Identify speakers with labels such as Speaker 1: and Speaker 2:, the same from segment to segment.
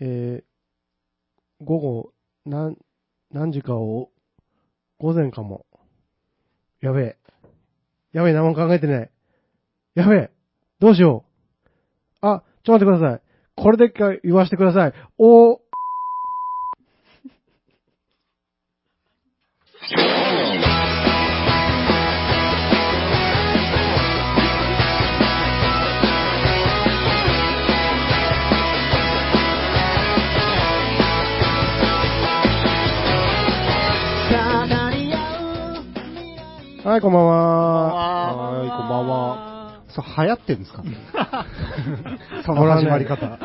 Speaker 1: えー午後、何、何時かを、午前かも。やべえ。やべえ、何も考えてない。やべえ。どうしよう。あ、ちょっと待ってください。これで一回言わせてください。おー、はい、こんばんは。
Speaker 2: はーい、こんばんは。
Speaker 3: そう、流行ってんですかそ
Speaker 1: ほ
Speaker 3: の
Speaker 1: らね
Speaker 3: 始 まり方。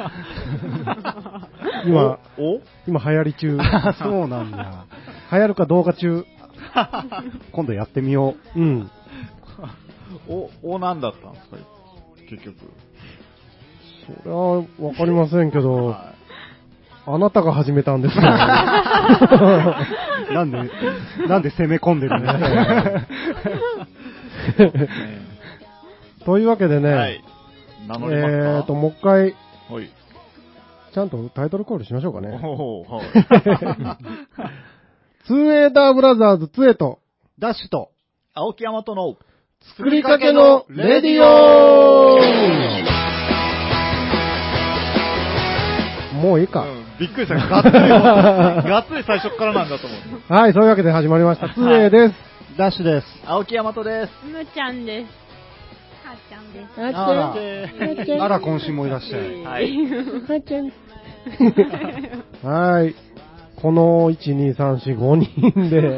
Speaker 1: 今、
Speaker 2: お
Speaker 1: 今流行り 中。流
Speaker 3: あそうなんだ。
Speaker 1: 行るかどうか中。
Speaker 3: 今度やってみよ
Speaker 1: うん。
Speaker 2: お、お、なんだったんですか結局。
Speaker 1: それはわかりませんけど、
Speaker 2: は
Speaker 1: あなたが始めたんです から。
Speaker 3: う。なんで、なんで攻め込んでるんだ
Speaker 2: いね
Speaker 1: というわけでね、
Speaker 2: はい。 名乗りますか
Speaker 1: えーと、もう一回、
Speaker 2: はい。
Speaker 1: ちゃんとタイトルコールしましょうかね。
Speaker 2: おーはい。
Speaker 1: ツーエーダーブラザーズツエと、
Speaker 3: ダッシュと、
Speaker 2: 青木大和の
Speaker 1: 作りかけのレディオもういいか。
Speaker 2: うんびっく りした。がっつり、がっつり最初からなんだと思う。
Speaker 1: はい、そういうわけで始まりました。ツーエーです。
Speaker 3: ダッシュです。
Speaker 2: 青木大和です。
Speaker 4: むちゃんです。はっちゃんです。
Speaker 3: あ
Speaker 2: オッ
Speaker 3: ら、
Speaker 2: ケー
Speaker 3: あら、今週もいらっしゃい。
Speaker 2: はい。
Speaker 1: はちゃん。はい。この、1、2、3、4、5人で、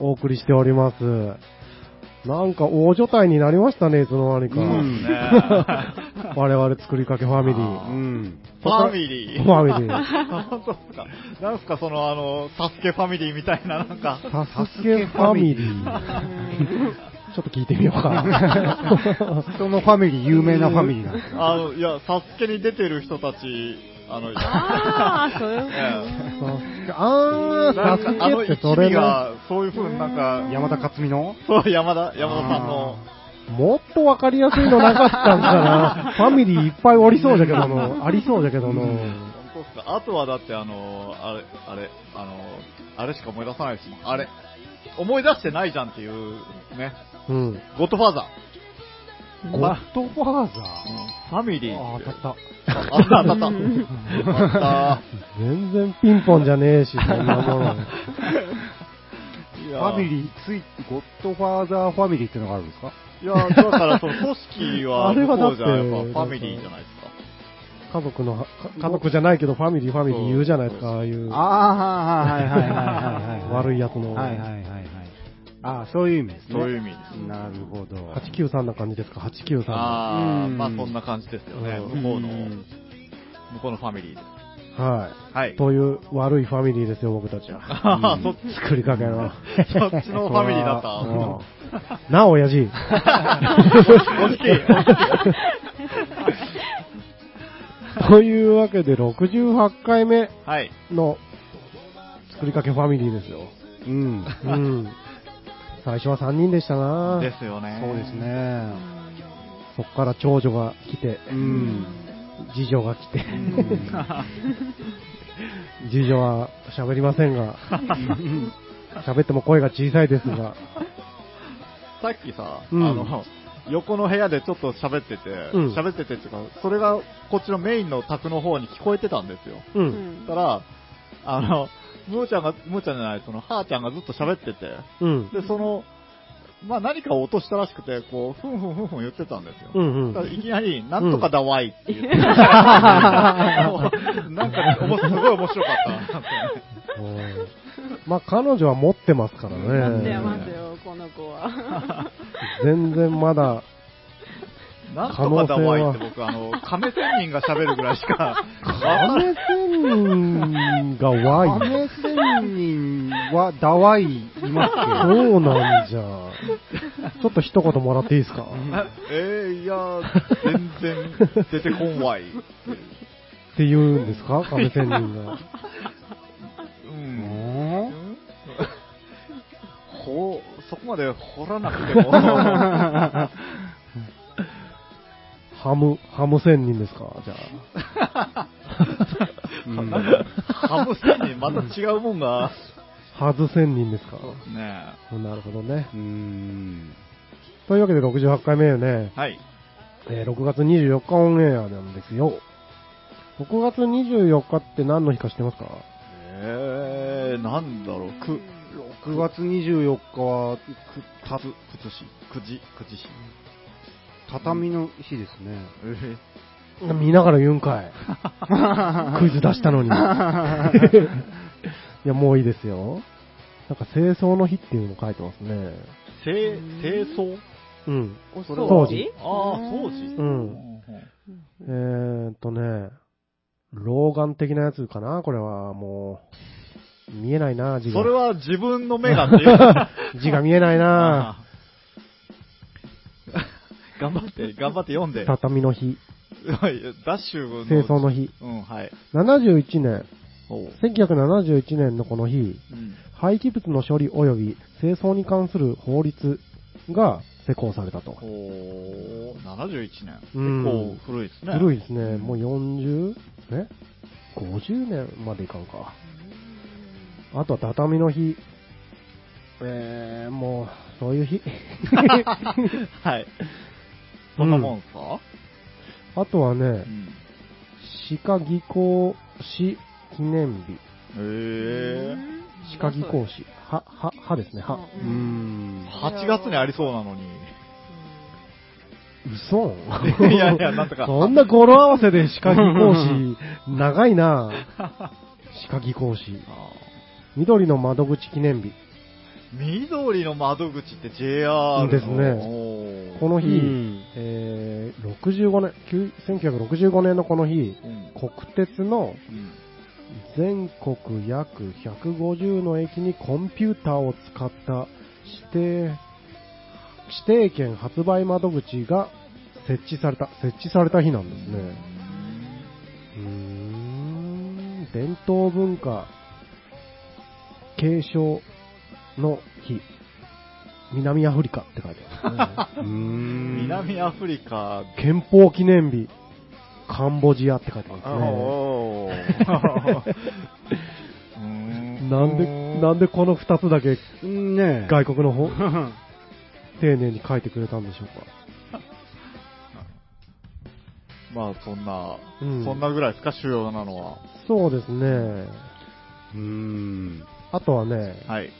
Speaker 1: お送りしております。なんか、大所帯になりましたね、いつの間にか。
Speaker 3: うん
Speaker 2: ね
Speaker 1: 我々作りかけファミリー。
Speaker 3: うん。
Speaker 2: ファミリ
Speaker 1: フ
Speaker 2: ー。
Speaker 1: ァ ミリー。
Speaker 2: 本当ですか。なんすか、その、あの、サスケファミリーみたいな、なんか。
Speaker 1: サスケファミリー。ちょっと聞いてみようか。
Speaker 3: 人のファミリー、有名なファミリーなんですよ
Speaker 2: あの、いや、サスケに出てる人たち、あの、
Speaker 4: あー、そういう
Speaker 2: え
Speaker 1: サスケあー、
Speaker 2: な
Speaker 1: サ
Speaker 2: んかあの
Speaker 1: スケっ
Speaker 2: 一
Speaker 1: てそれ
Speaker 2: 味
Speaker 1: ね。
Speaker 2: が、そういう風になんか、
Speaker 3: 山田勝美の
Speaker 2: そう、山田、山田さんの、
Speaker 1: もっとわかりやすいのなかったんかな。ファミリーいっぱいおりそうじゃけどの、ありそうじゃけどの。
Speaker 2: 本当っすか。あとはだって、あの、あれ、あれ、あの、あれしか思い出さないですもん。あれ、思い出してないじゃんっていう、ね、
Speaker 1: うん。
Speaker 2: ゴッドファーザ
Speaker 3: ゴッドファーザ
Speaker 2: ー。
Speaker 3: ー
Speaker 2: ファミリー。
Speaker 3: あー、当たっ
Speaker 2: あ当たった、当たった。当たっ
Speaker 1: 全然ピンポンじゃねえ し、そんなもの。
Speaker 2: た。フ
Speaker 3: た。ファミリー、つい、ゴッドファーザーファミリーってのがあるんですか
Speaker 2: いや、だから、その組織は、
Speaker 1: あれはだって
Speaker 2: 向こうじゃやっぱファミリーじゃないですか。
Speaker 1: 家族の、か家族じゃないけどファミリーファミリー言うじゃないですか、ああいう
Speaker 3: ああ、はいはいはいはいはい。
Speaker 1: 悪いやつの
Speaker 3: はいはいはいはい。ああ、そういう意味ですね。
Speaker 2: そういう意味です。
Speaker 3: なるほど。
Speaker 1: 893な感じですか、893の。
Speaker 2: ああ、
Speaker 3: うん
Speaker 2: まあそんな感じですよね。
Speaker 1: う
Speaker 2: 向こうの、
Speaker 3: うん
Speaker 2: 向こうのファミリーで
Speaker 1: は
Speaker 2: す。はい
Speaker 1: い。。という悪いファミリーですよ、僕たちは。
Speaker 2: あーそっち
Speaker 1: 作りかけの。
Speaker 2: そっちのファミリーだった。
Speaker 1: うんなお、親父。
Speaker 2: 惜しい。
Speaker 1: というわけで、68回目
Speaker 2: はい。
Speaker 1: の作りかけファミリーですよ。
Speaker 3: うん。
Speaker 1: うん。最初は3人でしたな
Speaker 2: ですよね。
Speaker 3: そうです。ね。
Speaker 1: そっから長女が来て、
Speaker 3: うん。
Speaker 1: 次女が来て、次女は喋りませんが、喋っても声が小さいですが、
Speaker 2: さっきさ、
Speaker 1: うん
Speaker 2: あの、横の部屋でちょっと喋ってて、
Speaker 1: うん
Speaker 2: 喋っててっていうか、それがこっちのメインの宅の方に聞こえてたんですよ。
Speaker 1: う、
Speaker 4: うん
Speaker 2: そ
Speaker 4: ん
Speaker 2: したら、あの、むーちゃんが、むーちゃんじゃない、その、はーちゃんがずっと喋ってて、
Speaker 1: うん、
Speaker 2: で、その、まあ何かを落としたらしくて、こう、ふんふんふんふん言ってたんですよ。
Speaker 1: うん、
Speaker 2: だ
Speaker 1: う
Speaker 2: か
Speaker 1: ん。
Speaker 2: らいきなり、なんとかだわいって 言って、 もうなんかね、おもすごい面白かっ
Speaker 1: うんまあ彼女は持ってますから
Speaker 2: 持
Speaker 4: 出
Speaker 2: って
Speaker 4: ます
Speaker 1: ね。
Speaker 4: よ、この子は。
Speaker 1: 全然まだ、
Speaker 2: た。なんとかだわいって僕、あの、亀仙人が喋るぐらいしか、
Speaker 1: 亀仙人がワイ。
Speaker 3: 亀仙人は、ダワイいますけど。
Speaker 1: そうなんじゃ。ちょっと一言もらっていいですか
Speaker 2: えー、いやー、全然出てこんわい。
Speaker 1: って言うんですか亀仙人が。
Speaker 2: うん。
Speaker 3: うん
Speaker 2: ほ、そこまで掘らなくても、
Speaker 1: ハム、ハム仙人ですかじゃあ。
Speaker 3: うん
Speaker 2: ハム仙人、また違うもんが。
Speaker 1: ハズ仙人ですか。
Speaker 2: ね
Speaker 1: なるほどね
Speaker 3: う。ーん。
Speaker 1: というわけで68回目よね
Speaker 2: え。。はい。
Speaker 1: えー6月24日オンエアなんですよ。6月24日って何の日か知ってますか
Speaker 2: えー、なんだろう、く、
Speaker 3: 9月24日は、く
Speaker 2: たつ、くつし、くじ、くじし。
Speaker 3: 畳の日ですね。
Speaker 2: え
Speaker 1: 見ながら言うんかい。クイズ出したのに。いや、もういいですよ。なんか清掃の日っていうの書いてますね。
Speaker 2: ー、清、清掃
Speaker 1: うん。
Speaker 4: お
Speaker 3: それは
Speaker 1: 掃除
Speaker 2: ああ、掃除
Speaker 1: う。。
Speaker 2: うんん
Speaker 1: えーっとね、老眼的なやつかなこれはもう、見えないな、字が。
Speaker 2: それは自分の 目がっていう。
Speaker 1: 字が見えないな。
Speaker 2: あー頑張って、頑張って読んで。
Speaker 1: 畳の日、
Speaker 2: はいダッシュの。
Speaker 1: 清掃の日。
Speaker 2: うん、はい。
Speaker 1: 71年、
Speaker 2: おう。
Speaker 1: 1971年のこの日、
Speaker 2: うん。
Speaker 1: 廃棄物の処理及び清掃に関する法律が施行されたと。
Speaker 2: おー、71年。
Speaker 1: うん
Speaker 2: 結構古いですね。
Speaker 1: 古
Speaker 2: い。
Speaker 1: いですね。もう 40? え ?50 年までいかんか。あとは畳の日。えー、もう、そういう 日。
Speaker 2: はい。そんなもんっすか
Speaker 1: あとは
Speaker 2: う
Speaker 1: ね、
Speaker 2: ん。
Speaker 1: 歯科技工士記念日。
Speaker 2: へえ。
Speaker 1: 歯科技工士。歯、歯、歯ですね、歯。
Speaker 4: う
Speaker 3: うー
Speaker 4: ん。
Speaker 3: ん。
Speaker 2: 8月にありそうなのに。
Speaker 1: 嘘
Speaker 2: いやいやなんとか
Speaker 1: そんな語呂合わせ で歯科技工士、長いな歯科技工士。緑の窓口記念日。
Speaker 2: 緑の窓口って JR の
Speaker 1: ですね
Speaker 2: おー
Speaker 1: この日、
Speaker 3: うん
Speaker 1: えー、65年、9 1965年のこの日、
Speaker 2: うん
Speaker 1: 国鉄の
Speaker 2: うん
Speaker 1: 全国約150の駅にコンピューターを使った指定、指定券発売窓口が設置された、設置された日なんですね。うーん、伝統文化継承の日。南アフリカって書いてある、ね。
Speaker 3: うーん。
Speaker 2: 南アフリカ
Speaker 1: 憲法記念日、カンボジアって書いてます
Speaker 2: あ
Speaker 1: ね。
Speaker 2: おーうー ん
Speaker 1: なんで、なんでこの2つだけ
Speaker 3: ねえ。
Speaker 1: 外国 の方、丁寧に書いてくれたんでしょうか。
Speaker 2: まあそんな、
Speaker 1: うん
Speaker 2: そんなぐらいですか、主要なのは。
Speaker 1: そうですね。
Speaker 3: うーん。
Speaker 1: あとはね、
Speaker 2: はい。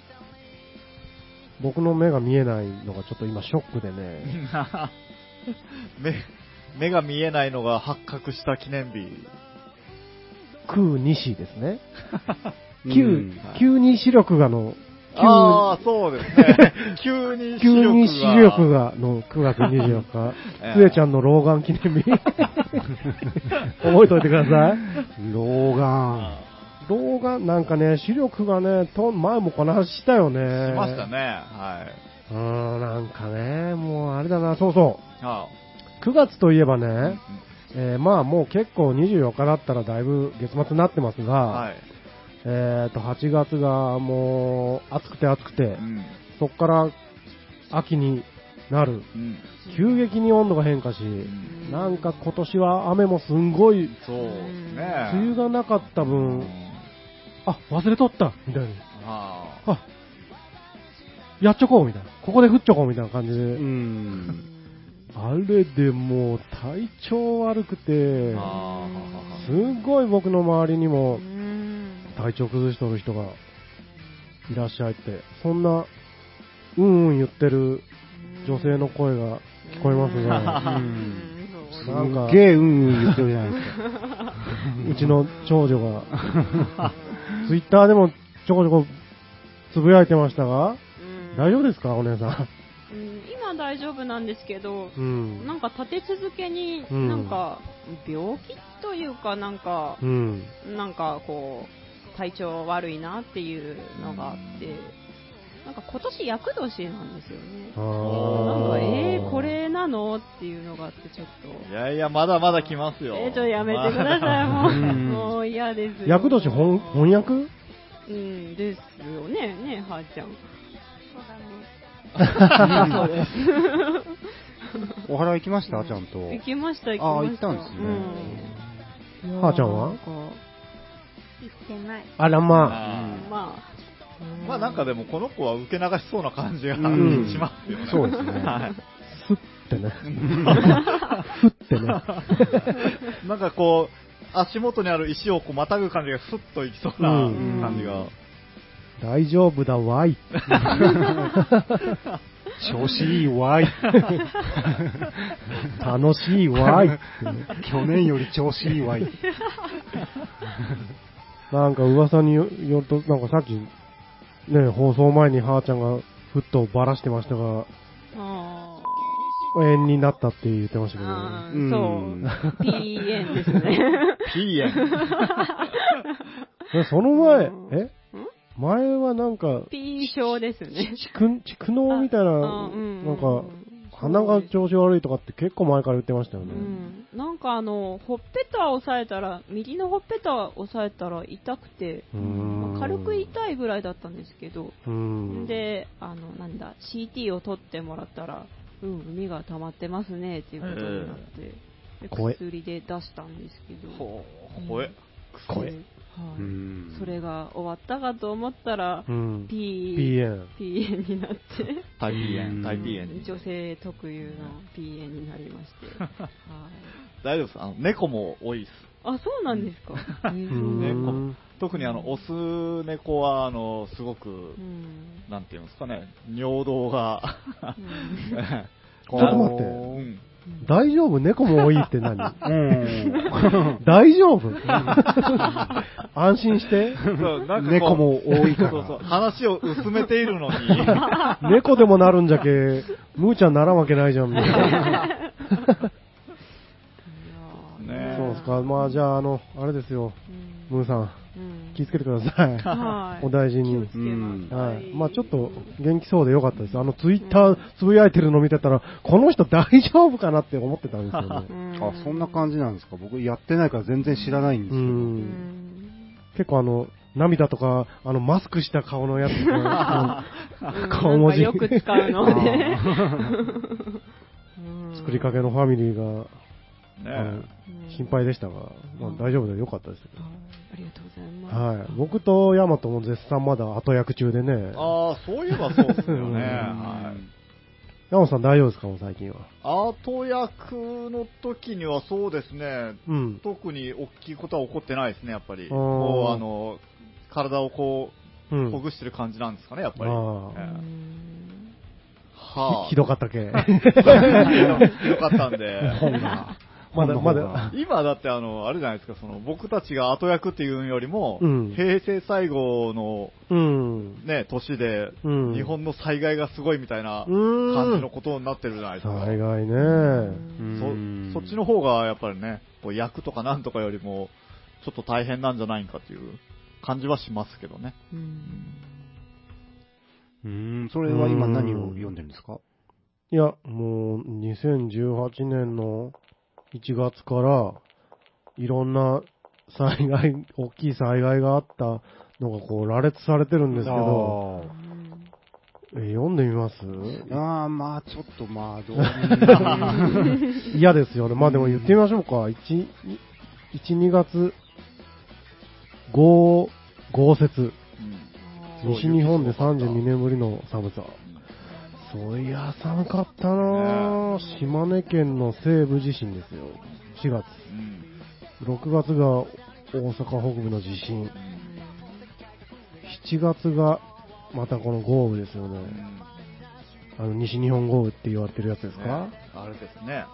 Speaker 1: 僕の目が見えないのがちょっと今ショックでね、
Speaker 2: 目、目が見えないのが発覚した 記念日。
Speaker 1: 旧西ですね。
Speaker 3: うん
Speaker 1: 旧、旧に視力がの、
Speaker 2: ああ、そうです ね。急に視
Speaker 1: 急
Speaker 2: 力が。
Speaker 1: に視力がの9月24日
Speaker 2: ええ、
Speaker 1: つえちゃんの老眼記念 日。覚えておいてください。
Speaker 3: 老眼。
Speaker 1: 老眼、なんかね、視力がね、と前もこの話したよね。
Speaker 2: しましたね。はい。
Speaker 1: うーん、なんかね、もうあれだな、そうそ
Speaker 2: あ
Speaker 1: う。9月といえば
Speaker 2: あ
Speaker 1: ね、えーまあもう結構24日だったらだいぶ月末になってますが、
Speaker 2: はい。
Speaker 1: えーと、8月がもう暑くて暑くて
Speaker 2: う、ん。
Speaker 1: そこから秋になる。
Speaker 2: うん。
Speaker 1: 急激に温度が変化し、
Speaker 2: ん
Speaker 1: なんか今年は雨もすんごい、
Speaker 2: そうですね。
Speaker 1: 梅雨がなかった
Speaker 2: うん
Speaker 1: 分、あ、忘れとったみたいな。
Speaker 2: あ
Speaker 1: あ、やっちょこうみたいな。ここで降っちょこうみたいな感じで。
Speaker 3: うん。
Speaker 1: あれでもう体調悪くて
Speaker 2: あ。、ああ。
Speaker 1: すごい僕の周りに
Speaker 4: う
Speaker 1: も
Speaker 4: ん。
Speaker 1: 体調崩しとる人がいらっしゃいって、そんな、うんうん言ってる女性の声が聞こえます
Speaker 4: う
Speaker 1: が、
Speaker 4: んそ
Speaker 1: な
Speaker 4: う
Speaker 3: なんん
Speaker 1: か
Speaker 3: か。すっげえうんうん言ってるじゃないですか。
Speaker 1: うちの長女 が、ツイッターでもちょこちょこつぶやいてましたが、
Speaker 4: うん
Speaker 1: 大丈夫ですかお姉さ
Speaker 4: うん今大丈夫なんですけど、
Speaker 1: ん。うん。
Speaker 4: なんか立て続けに、
Speaker 1: うん
Speaker 4: なんか病気というか、なんか
Speaker 1: う、ん。
Speaker 4: なんかこう、体調悪いなっていうのがあって、なんか今年厄年なんですよね。
Speaker 1: あ
Speaker 4: なん
Speaker 1: ー
Speaker 4: か、えー、これなのっていうのがあって、ちょっ
Speaker 2: い
Speaker 4: と。
Speaker 2: やいや、まだまだ来ますよ。
Speaker 4: えー、ちょっとやめてください、もう。
Speaker 3: ん
Speaker 4: もう嫌ですよ。
Speaker 1: 役年翻翻訳
Speaker 4: うん、ですよね、ねえ、はーちゃん。
Speaker 3: お祓い行きましたちゃんと。
Speaker 4: 行きました、行きました。
Speaker 3: あー行ったんですね
Speaker 1: はーちゃんは
Speaker 4: なんか
Speaker 5: ってない。
Speaker 1: あらまあ。
Speaker 2: あ
Speaker 4: まあ、
Speaker 2: ーまあなんかでもこの子は受け流しそうな感じがし
Speaker 3: うん
Speaker 2: ますよね。
Speaker 1: そうですね
Speaker 2: はい
Speaker 1: すってね。 ふってね。
Speaker 2: なんかこう、足元にある石をこうまたぐ感じがスッといきそうな
Speaker 1: うん
Speaker 2: 感じが。
Speaker 1: 大丈夫だわ い。
Speaker 3: 調子い いわい。
Speaker 1: 楽しいわい。
Speaker 3: 去年より調子いいわい。
Speaker 1: なんか噂によよると、なんかさっき、ね、放送前にはーちゃんがふっとばらしてましたが、
Speaker 4: あ
Speaker 1: 永遠になったって言ってましたけどね。
Speaker 4: あ
Speaker 3: う
Speaker 4: ー
Speaker 3: ん
Speaker 4: そう、PN で すね。
Speaker 2: いいやん。
Speaker 1: えその前
Speaker 4: うん、
Speaker 1: え前はなんか、
Speaker 4: P 症ですね。
Speaker 1: 蓄蓄能みたいな、
Speaker 4: あうん
Speaker 1: なんか、鼻が調子悪いとかって結構前から言ってましたよ
Speaker 4: う
Speaker 1: ね。
Speaker 4: ん、なんかあの、ほっぺた押さえたら、右のほっぺた押さえたら痛くて、
Speaker 1: うーん
Speaker 4: まあ軽く痛いぐらいだったんですけど、
Speaker 1: うん。
Speaker 4: で、あの、なんだ、CT を取ってもらったら、うん、海が溜まってますね、っていうことになって、で
Speaker 1: 怖え
Speaker 4: 薬で出したんですけど、
Speaker 2: ほう、ほえ。
Speaker 1: 怖え
Speaker 4: 薬は
Speaker 3: う
Speaker 4: い
Speaker 3: ん
Speaker 4: それが終わったかと思ったら、
Speaker 1: うん。
Speaker 4: P、
Speaker 1: PN。
Speaker 4: PN になって、
Speaker 2: タイピーエ
Speaker 3: うん
Speaker 2: ン、タイピーエン。
Speaker 4: 女性特有の PN になりまして、 はい。
Speaker 2: 大丈夫です。あの、猫も多いです。
Speaker 4: あ、そうなんですか。う
Speaker 1: うんん。
Speaker 2: 特にあの、オス猫は、あの、すごく
Speaker 4: う、ん
Speaker 2: なんていうんですかね、尿道 が、
Speaker 4: うん
Speaker 1: ちょっと待って
Speaker 2: うん
Speaker 1: 大丈夫猫も多いって何
Speaker 3: うん。
Speaker 1: 大丈夫 安心して。
Speaker 2: そうなんかこう
Speaker 3: 猫も多いから
Speaker 2: そうそう話を薄めているの に、
Speaker 1: 猫でもなるんじゃけ、むーちゃんならんわけないじゃん、みたいな。
Speaker 4: いやー
Speaker 2: ねえ
Speaker 1: そうですか。まあじゃあ、あの、あれですよ、
Speaker 4: うん
Speaker 1: ムーさん、
Speaker 4: うん
Speaker 1: 気をつけてくださ
Speaker 4: はい
Speaker 1: い。お大事
Speaker 4: 気を
Speaker 1: に
Speaker 4: つ。けます。
Speaker 1: はい。まあちょっと、元気そうでよかったです。あの、ツイッターつぶやいてるの見てたら、この人大丈夫かなって思ってたんですよね
Speaker 4: う。
Speaker 3: あ、そんな感じなんですか僕やってないから全然知らないんです
Speaker 1: う。
Speaker 3: けど。
Speaker 4: うんん
Speaker 1: 結構あの、涙とか、あの、マスクした顔のやつとか、 顔文字
Speaker 4: なんかよく使うので。
Speaker 1: うん作りかけのファミリーが、あの
Speaker 2: ね
Speaker 1: 心配でしたが、まあ大丈夫でよかったですけど
Speaker 4: うん。はいありがとうございます。
Speaker 1: はい。僕とヤマトも絶賛まだ後役中でね。
Speaker 2: ああ、そういえばそうですよ
Speaker 1: うん
Speaker 2: ね。はい
Speaker 1: ヤマトさん大丈夫ですかもう最近は。
Speaker 2: 後役の時にはそうですね、
Speaker 1: うん。
Speaker 2: 特に大きいことは起こってないですね、やっぱり。
Speaker 1: あー
Speaker 2: もうあの、体をこ
Speaker 1: う
Speaker 2: う、ほ
Speaker 1: ん。
Speaker 2: ぐしてる感じなんですかね、やっぱり。
Speaker 1: あ
Speaker 4: う
Speaker 1: ー
Speaker 2: ええ
Speaker 4: ん
Speaker 2: はあ。
Speaker 1: ひどかった け。
Speaker 2: ひどかったんで。
Speaker 1: まだま
Speaker 3: 本の
Speaker 1: だ
Speaker 3: 方が。
Speaker 2: 今だってあの、あれじゃないですか、その、僕たちが後役っていうよりも、
Speaker 1: うん
Speaker 2: 平成最後の
Speaker 1: うん。
Speaker 2: ね、年で、
Speaker 1: うん
Speaker 2: 日本の災害がすごいみたいな
Speaker 1: うーん
Speaker 2: 感じのことになってるじゃないですか。
Speaker 1: 災害ね。
Speaker 2: そそっちの方がやっぱりね、こう役とかなんとかよりも、ちょっと大変なんじゃないかっていう感じはしますけどね。
Speaker 4: うん
Speaker 3: うん、それは今何を読んでるんですか
Speaker 1: いや、もう2018年の1月から、いろんな災害、大きい災害があったのがこう羅列されてるんですけど、え読んでみます
Speaker 3: あーあー、まあちょっとまあどう
Speaker 1: 嫌ですよね。まあでも言ってみましょうか。1、1 2月、豪、豪雪。
Speaker 2: そう
Speaker 1: 西日本で32年ぶりの寒さ。そういや、寒かったなぁ。島根県の西部地震ですよ。4月。
Speaker 2: うん
Speaker 1: 6月が大阪北部の地震。7月が、またこの豪雨ですよ
Speaker 2: うん
Speaker 1: ね。あの、西日本豪雨って言われてるやつですか、
Speaker 2: ねあれですね、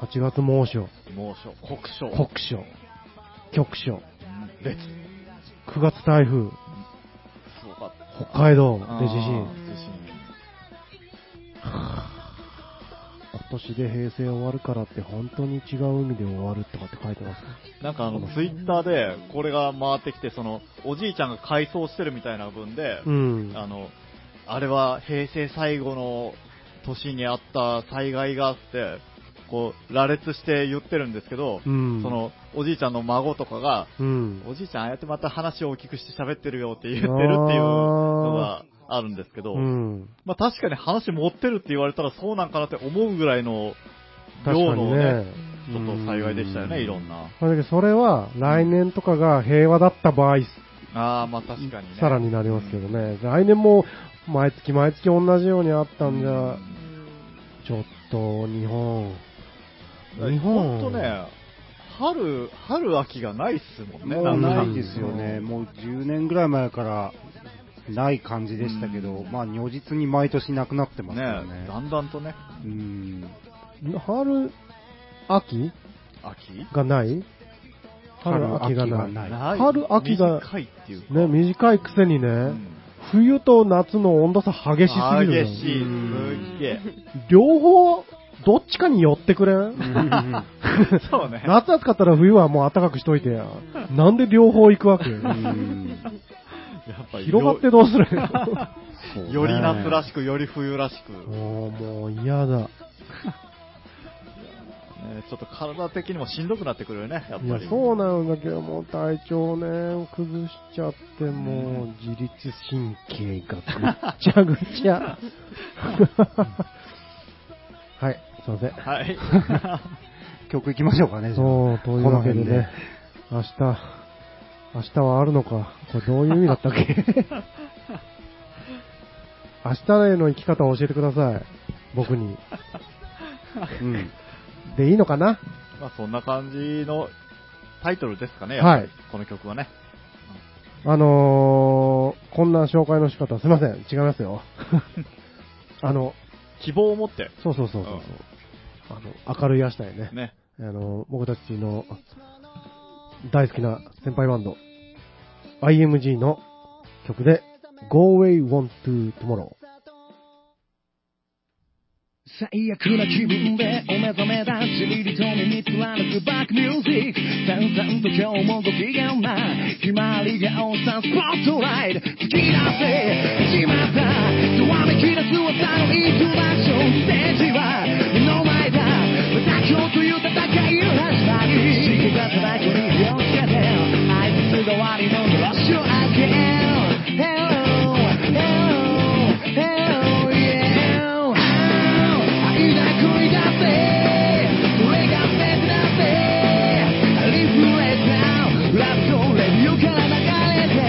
Speaker 1: ?8 月猛暑、
Speaker 2: 猛暑、酷暑、
Speaker 1: 酷暑、極暑。
Speaker 2: うん烈、
Speaker 1: 9月台風、
Speaker 2: すごかった。
Speaker 1: 北海道で
Speaker 2: あー
Speaker 1: 地震。
Speaker 2: 地震。
Speaker 1: 今年で平成終わるからって本当に違う海で終わるとかって書いてますね。
Speaker 2: なんかあの、ツイッターで、これが回ってきて、その、おじいちゃんが改装してるみたいな分で、
Speaker 1: うん。
Speaker 2: あの、あれは平成最後の年にあった災害があって、こう、羅列して言ってるんですけど、
Speaker 1: うん。
Speaker 2: そ、の、おじいちゃんの孫とかが、
Speaker 1: うん。
Speaker 2: おじいちゃんああやってまた話を大きくして喋ってるよって言ってるっていうのがあるんですけど、
Speaker 1: うん。
Speaker 2: まあ確かに話持ってるって言われたらそうなんかなって思うぐらいの
Speaker 1: 確
Speaker 2: 量
Speaker 1: か
Speaker 2: の
Speaker 1: に
Speaker 2: ね、
Speaker 1: ね。
Speaker 2: ちょっと幸いでしたよ
Speaker 3: う
Speaker 2: ね、
Speaker 3: ん
Speaker 2: いろんな。
Speaker 1: まあだけどそれは来年とかが平和だった場合、
Speaker 2: ああ、まあ確かにね。
Speaker 1: さらになりますけどね。来年も毎月毎月同じようにあったんじゃ、ちょっと日本、
Speaker 2: うん。
Speaker 1: 日本
Speaker 2: ほんとね、春、春秋がないっすもんね、
Speaker 3: もう
Speaker 1: か
Speaker 3: ないですよね、もう10年ぐらい前からない感じでしたけど、
Speaker 2: うん
Speaker 3: まあ如実に毎年なくなってます
Speaker 2: ね
Speaker 3: よね。
Speaker 2: だんだんとね、
Speaker 3: うん
Speaker 1: 春、秋
Speaker 2: 秋
Speaker 1: がない
Speaker 3: 春
Speaker 1: 春、秋が
Speaker 3: 秋が
Speaker 1: ない。
Speaker 3: ない
Speaker 2: ない
Speaker 1: 春秋が
Speaker 2: 短いっていうか。
Speaker 1: ね、短いくせにね、冬と夏の温度差激しすぎる
Speaker 2: 激
Speaker 1: の
Speaker 2: しい、
Speaker 3: うん
Speaker 2: すげえ。
Speaker 1: 両方、どっちかに寄ってくれん
Speaker 2: そうね。
Speaker 1: 夏暑かったら冬はもう暖かくしといてや。なんで両方行くわけ
Speaker 3: うん
Speaker 2: やっぱり
Speaker 1: 広がってどうするよ。
Speaker 3: そうね
Speaker 2: より夏らしく、より冬らしく。
Speaker 1: もう、もう嫌だ。
Speaker 2: ねちょっと体的にもしんどくなってくるよね、やっ
Speaker 1: い
Speaker 2: ぱ
Speaker 1: や
Speaker 2: り。、
Speaker 1: そうなんだけど、もう体調ね、崩しちゃって、もう自律神経がぐっちゃぐちゃ。 はい、すいません。
Speaker 2: はい。
Speaker 3: 曲行きましょうかね、じゃあ
Speaker 1: そう、というわけで
Speaker 3: この辺で
Speaker 1: ね、明日、明日はあるのか。これどういう意味だったっ け明日への生き方を教えてください。僕に。
Speaker 3: うん
Speaker 1: でいいのかな
Speaker 2: まあそんな感じのタイトルですかね、やっぱり
Speaker 1: はい。
Speaker 2: この曲はね。
Speaker 1: あのー、こんな紹介の仕方、すいません。違います よ。あの、
Speaker 2: 希望を持って、
Speaker 1: そうそうそうそうそう、あの、明るい明日へね。
Speaker 2: ね。
Speaker 1: あの、僕たちの大好きな先輩バンド、IMG の曲で、Go Away Want to Tomorrow。
Speaker 5: 最悪な気分でお目覚めだじりりと耳貫くバックミュージック淡々と今日もご機嫌なひまわりが落ちたスポットライト突き出せしまったとわめき出す朝のイントラクションステージは目の前だまた今日という戦いを始まり刺激が叩きに火をつけて挨拶代わりのブラッシュを開け Hello, hello, hello, yeah 愛だ恋だってそれが目だってリフレッダーラットレビューから流れて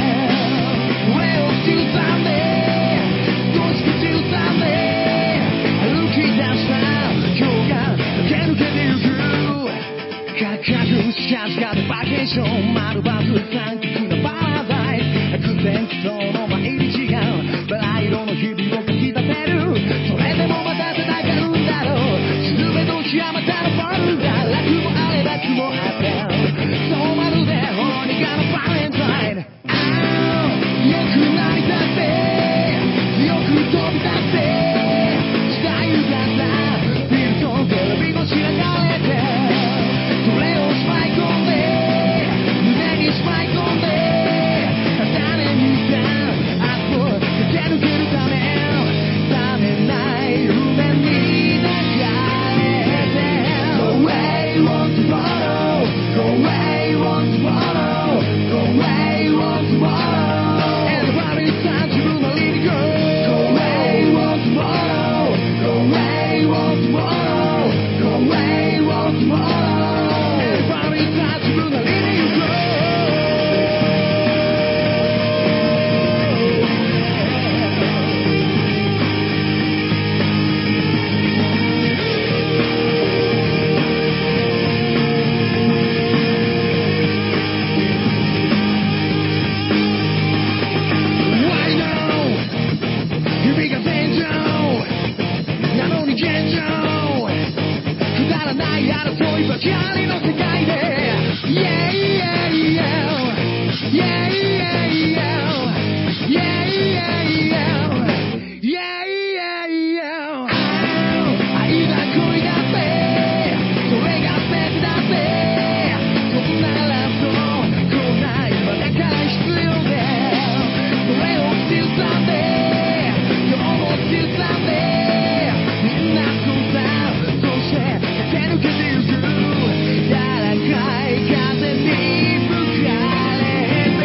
Speaker 5: 上を刻んで少し口ずさんで歩き出した今日が駆け抜けてゆく価格しかしかでバケーション丸バズ三角のパラダイス悪天気との毎日がバラ色の日々をかき立てるそれでもまた戦うんだろう沈めときはまたのバルだ楽もあれば雲もあってそうまるでほろ苦のバレンタインああよくなりたってよく飛び立って時代がさビルとテレビ越し流れてそれをしまい込んで胸にしまい込んで誰にさ明日を駆け抜けるため冷めない夢に流れて Go away once more Go away once more Go away once more Everybody さ自分のリリック Go away once more Go away once more Go away once more Everybody さ自分のリリック「Why now」「指が天井」「なのに現状」「くだらない争いばかりの世界で」「イェイイェイイェイ」「イェイイェイイェイ」「イェイイェイイェイ」「イェイイェイイェイ」「愛だ恋だってそれが別だって」「そんなラストこんな今だから必要で」「それを刻んで今日も刻んで」「みんなとさそして駆け抜けてゆく」「柔らかい風に吹かれて」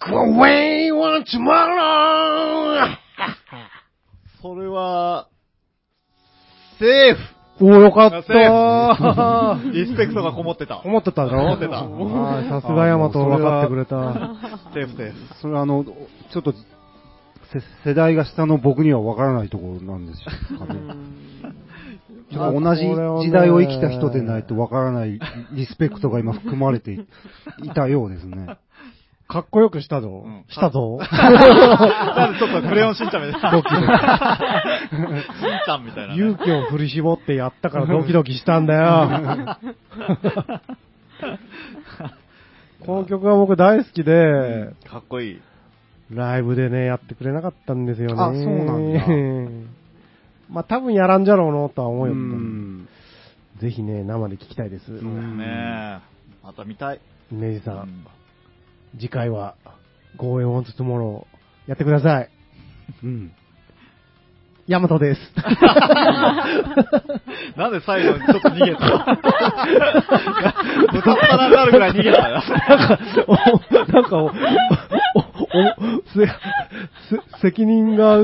Speaker 1: away one tomorrow!
Speaker 2: それは、セーフ
Speaker 1: おー、よかった
Speaker 2: あ
Speaker 1: ー
Speaker 2: リスペクトがこもってた。
Speaker 1: 思ってたの
Speaker 2: 思ってた
Speaker 1: はいさすがヤマト分かってくれた。
Speaker 2: セーフセーフ。
Speaker 3: それはあの、ちょっと、せ世代が下の僕にはわからないところなんですか
Speaker 4: う
Speaker 3: ね。
Speaker 4: ん
Speaker 3: ちょっと同じ時代を生きた人でないとわからないリスペクトが今含まれていいたようですね。
Speaker 1: かっこよくしたぞ
Speaker 2: うん
Speaker 1: したぞ
Speaker 2: なんでちょっとクレヨンしんちゃんみたいな。
Speaker 1: ドキド
Speaker 2: しんちゃんみたいなね。
Speaker 1: 勇気を振り絞ってやったからドキドキしたんだ よ。この曲は僕大好きで、
Speaker 2: かっこいい。
Speaker 1: ライブでね、やってくれなかったんですよね。
Speaker 3: あそうなん
Speaker 1: だ。 まあ多分やらんじゃろうのとは思うよ。
Speaker 3: うん
Speaker 1: ぜひね、生で聞きたいです。
Speaker 2: そうだね。また見たい。
Speaker 1: ネジさ、
Speaker 2: うんん
Speaker 1: 次回は、ゴーエンオンツトゥモロー、やってください。
Speaker 3: うん。
Speaker 1: ヤマトです。
Speaker 2: なんで最後にちょっと逃げた のぶたっ腹になるぐらい逃げたよ。
Speaker 1: お なんかお、お、お、せ、せ、責任が、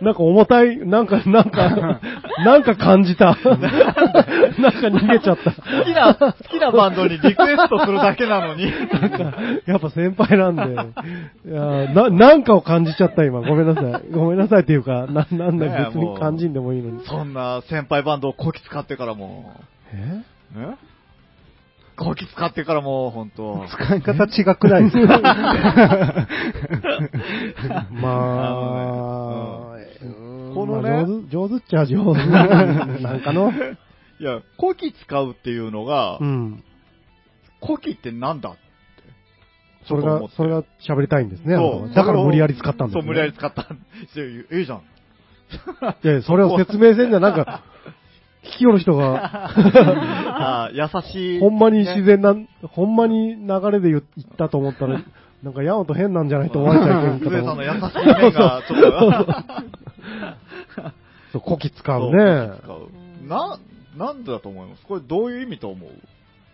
Speaker 1: なんか重たい、なんか、なんか、なんか感じ た。なんか逃げちゃった。
Speaker 2: 好きな、好きなバンドにリクエストするだけなのに。
Speaker 1: なん か、やっぱ先輩なんで、いやーな、なんかを感じちゃった今。ごめんなさい。ごめんなさいっていうか、な、なん
Speaker 2: ねえ
Speaker 1: だ、別
Speaker 2: も
Speaker 1: に
Speaker 2: う
Speaker 1: 感じんでもいいのに。
Speaker 2: そんな先輩バンドをこき使ってからも
Speaker 1: え
Speaker 2: う、えこき使ってからもう、ほんと。
Speaker 3: 使い方違くないですか
Speaker 1: まあ、
Speaker 2: ん
Speaker 1: こ
Speaker 2: こ
Speaker 1: の
Speaker 2: の
Speaker 1: ね
Speaker 2: ね、
Speaker 1: まあ上手上手っちゃ上 手。なんかの。
Speaker 2: いや、こき使うっていうのが
Speaker 1: う、ん。
Speaker 2: こきってなんだ
Speaker 1: それ
Speaker 2: ちょっと
Speaker 1: が
Speaker 2: 思っ、て
Speaker 1: それが喋りたいんですね。あ
Speaker 2: そ
Speaker 1: なたは
Speaker 2: う
Speaker 1: だから無理やり使ったんです
Speaker 2: そう、
Speaker 1: ね。
Speaker 2: 無理やり使った。そういいじゃ ん。
Speaker 1: いやいやそれを説明せんじゃ、なんか、聞きよる人 が、
Speaker 2: あー優しい。
Speaker 1: ほんまに自然な、ほんまに流れで言ったと思ったら、なんかヤオと変なんじゃないと思われちゃいけんか
Speaker 2: ズ
Speaker 1: と
Speaker 2: エさん
Speaker 1: 思
Speaker 2: の
Speaker 1: う。
Speaker 2: 優しい面が、ちょっと。
Speaker 1: そう、こき使う
Speaker 2: そう
Speaker 1: ね。
Speaker 2: 使うな、なんでだと思いますこれどういう意味と思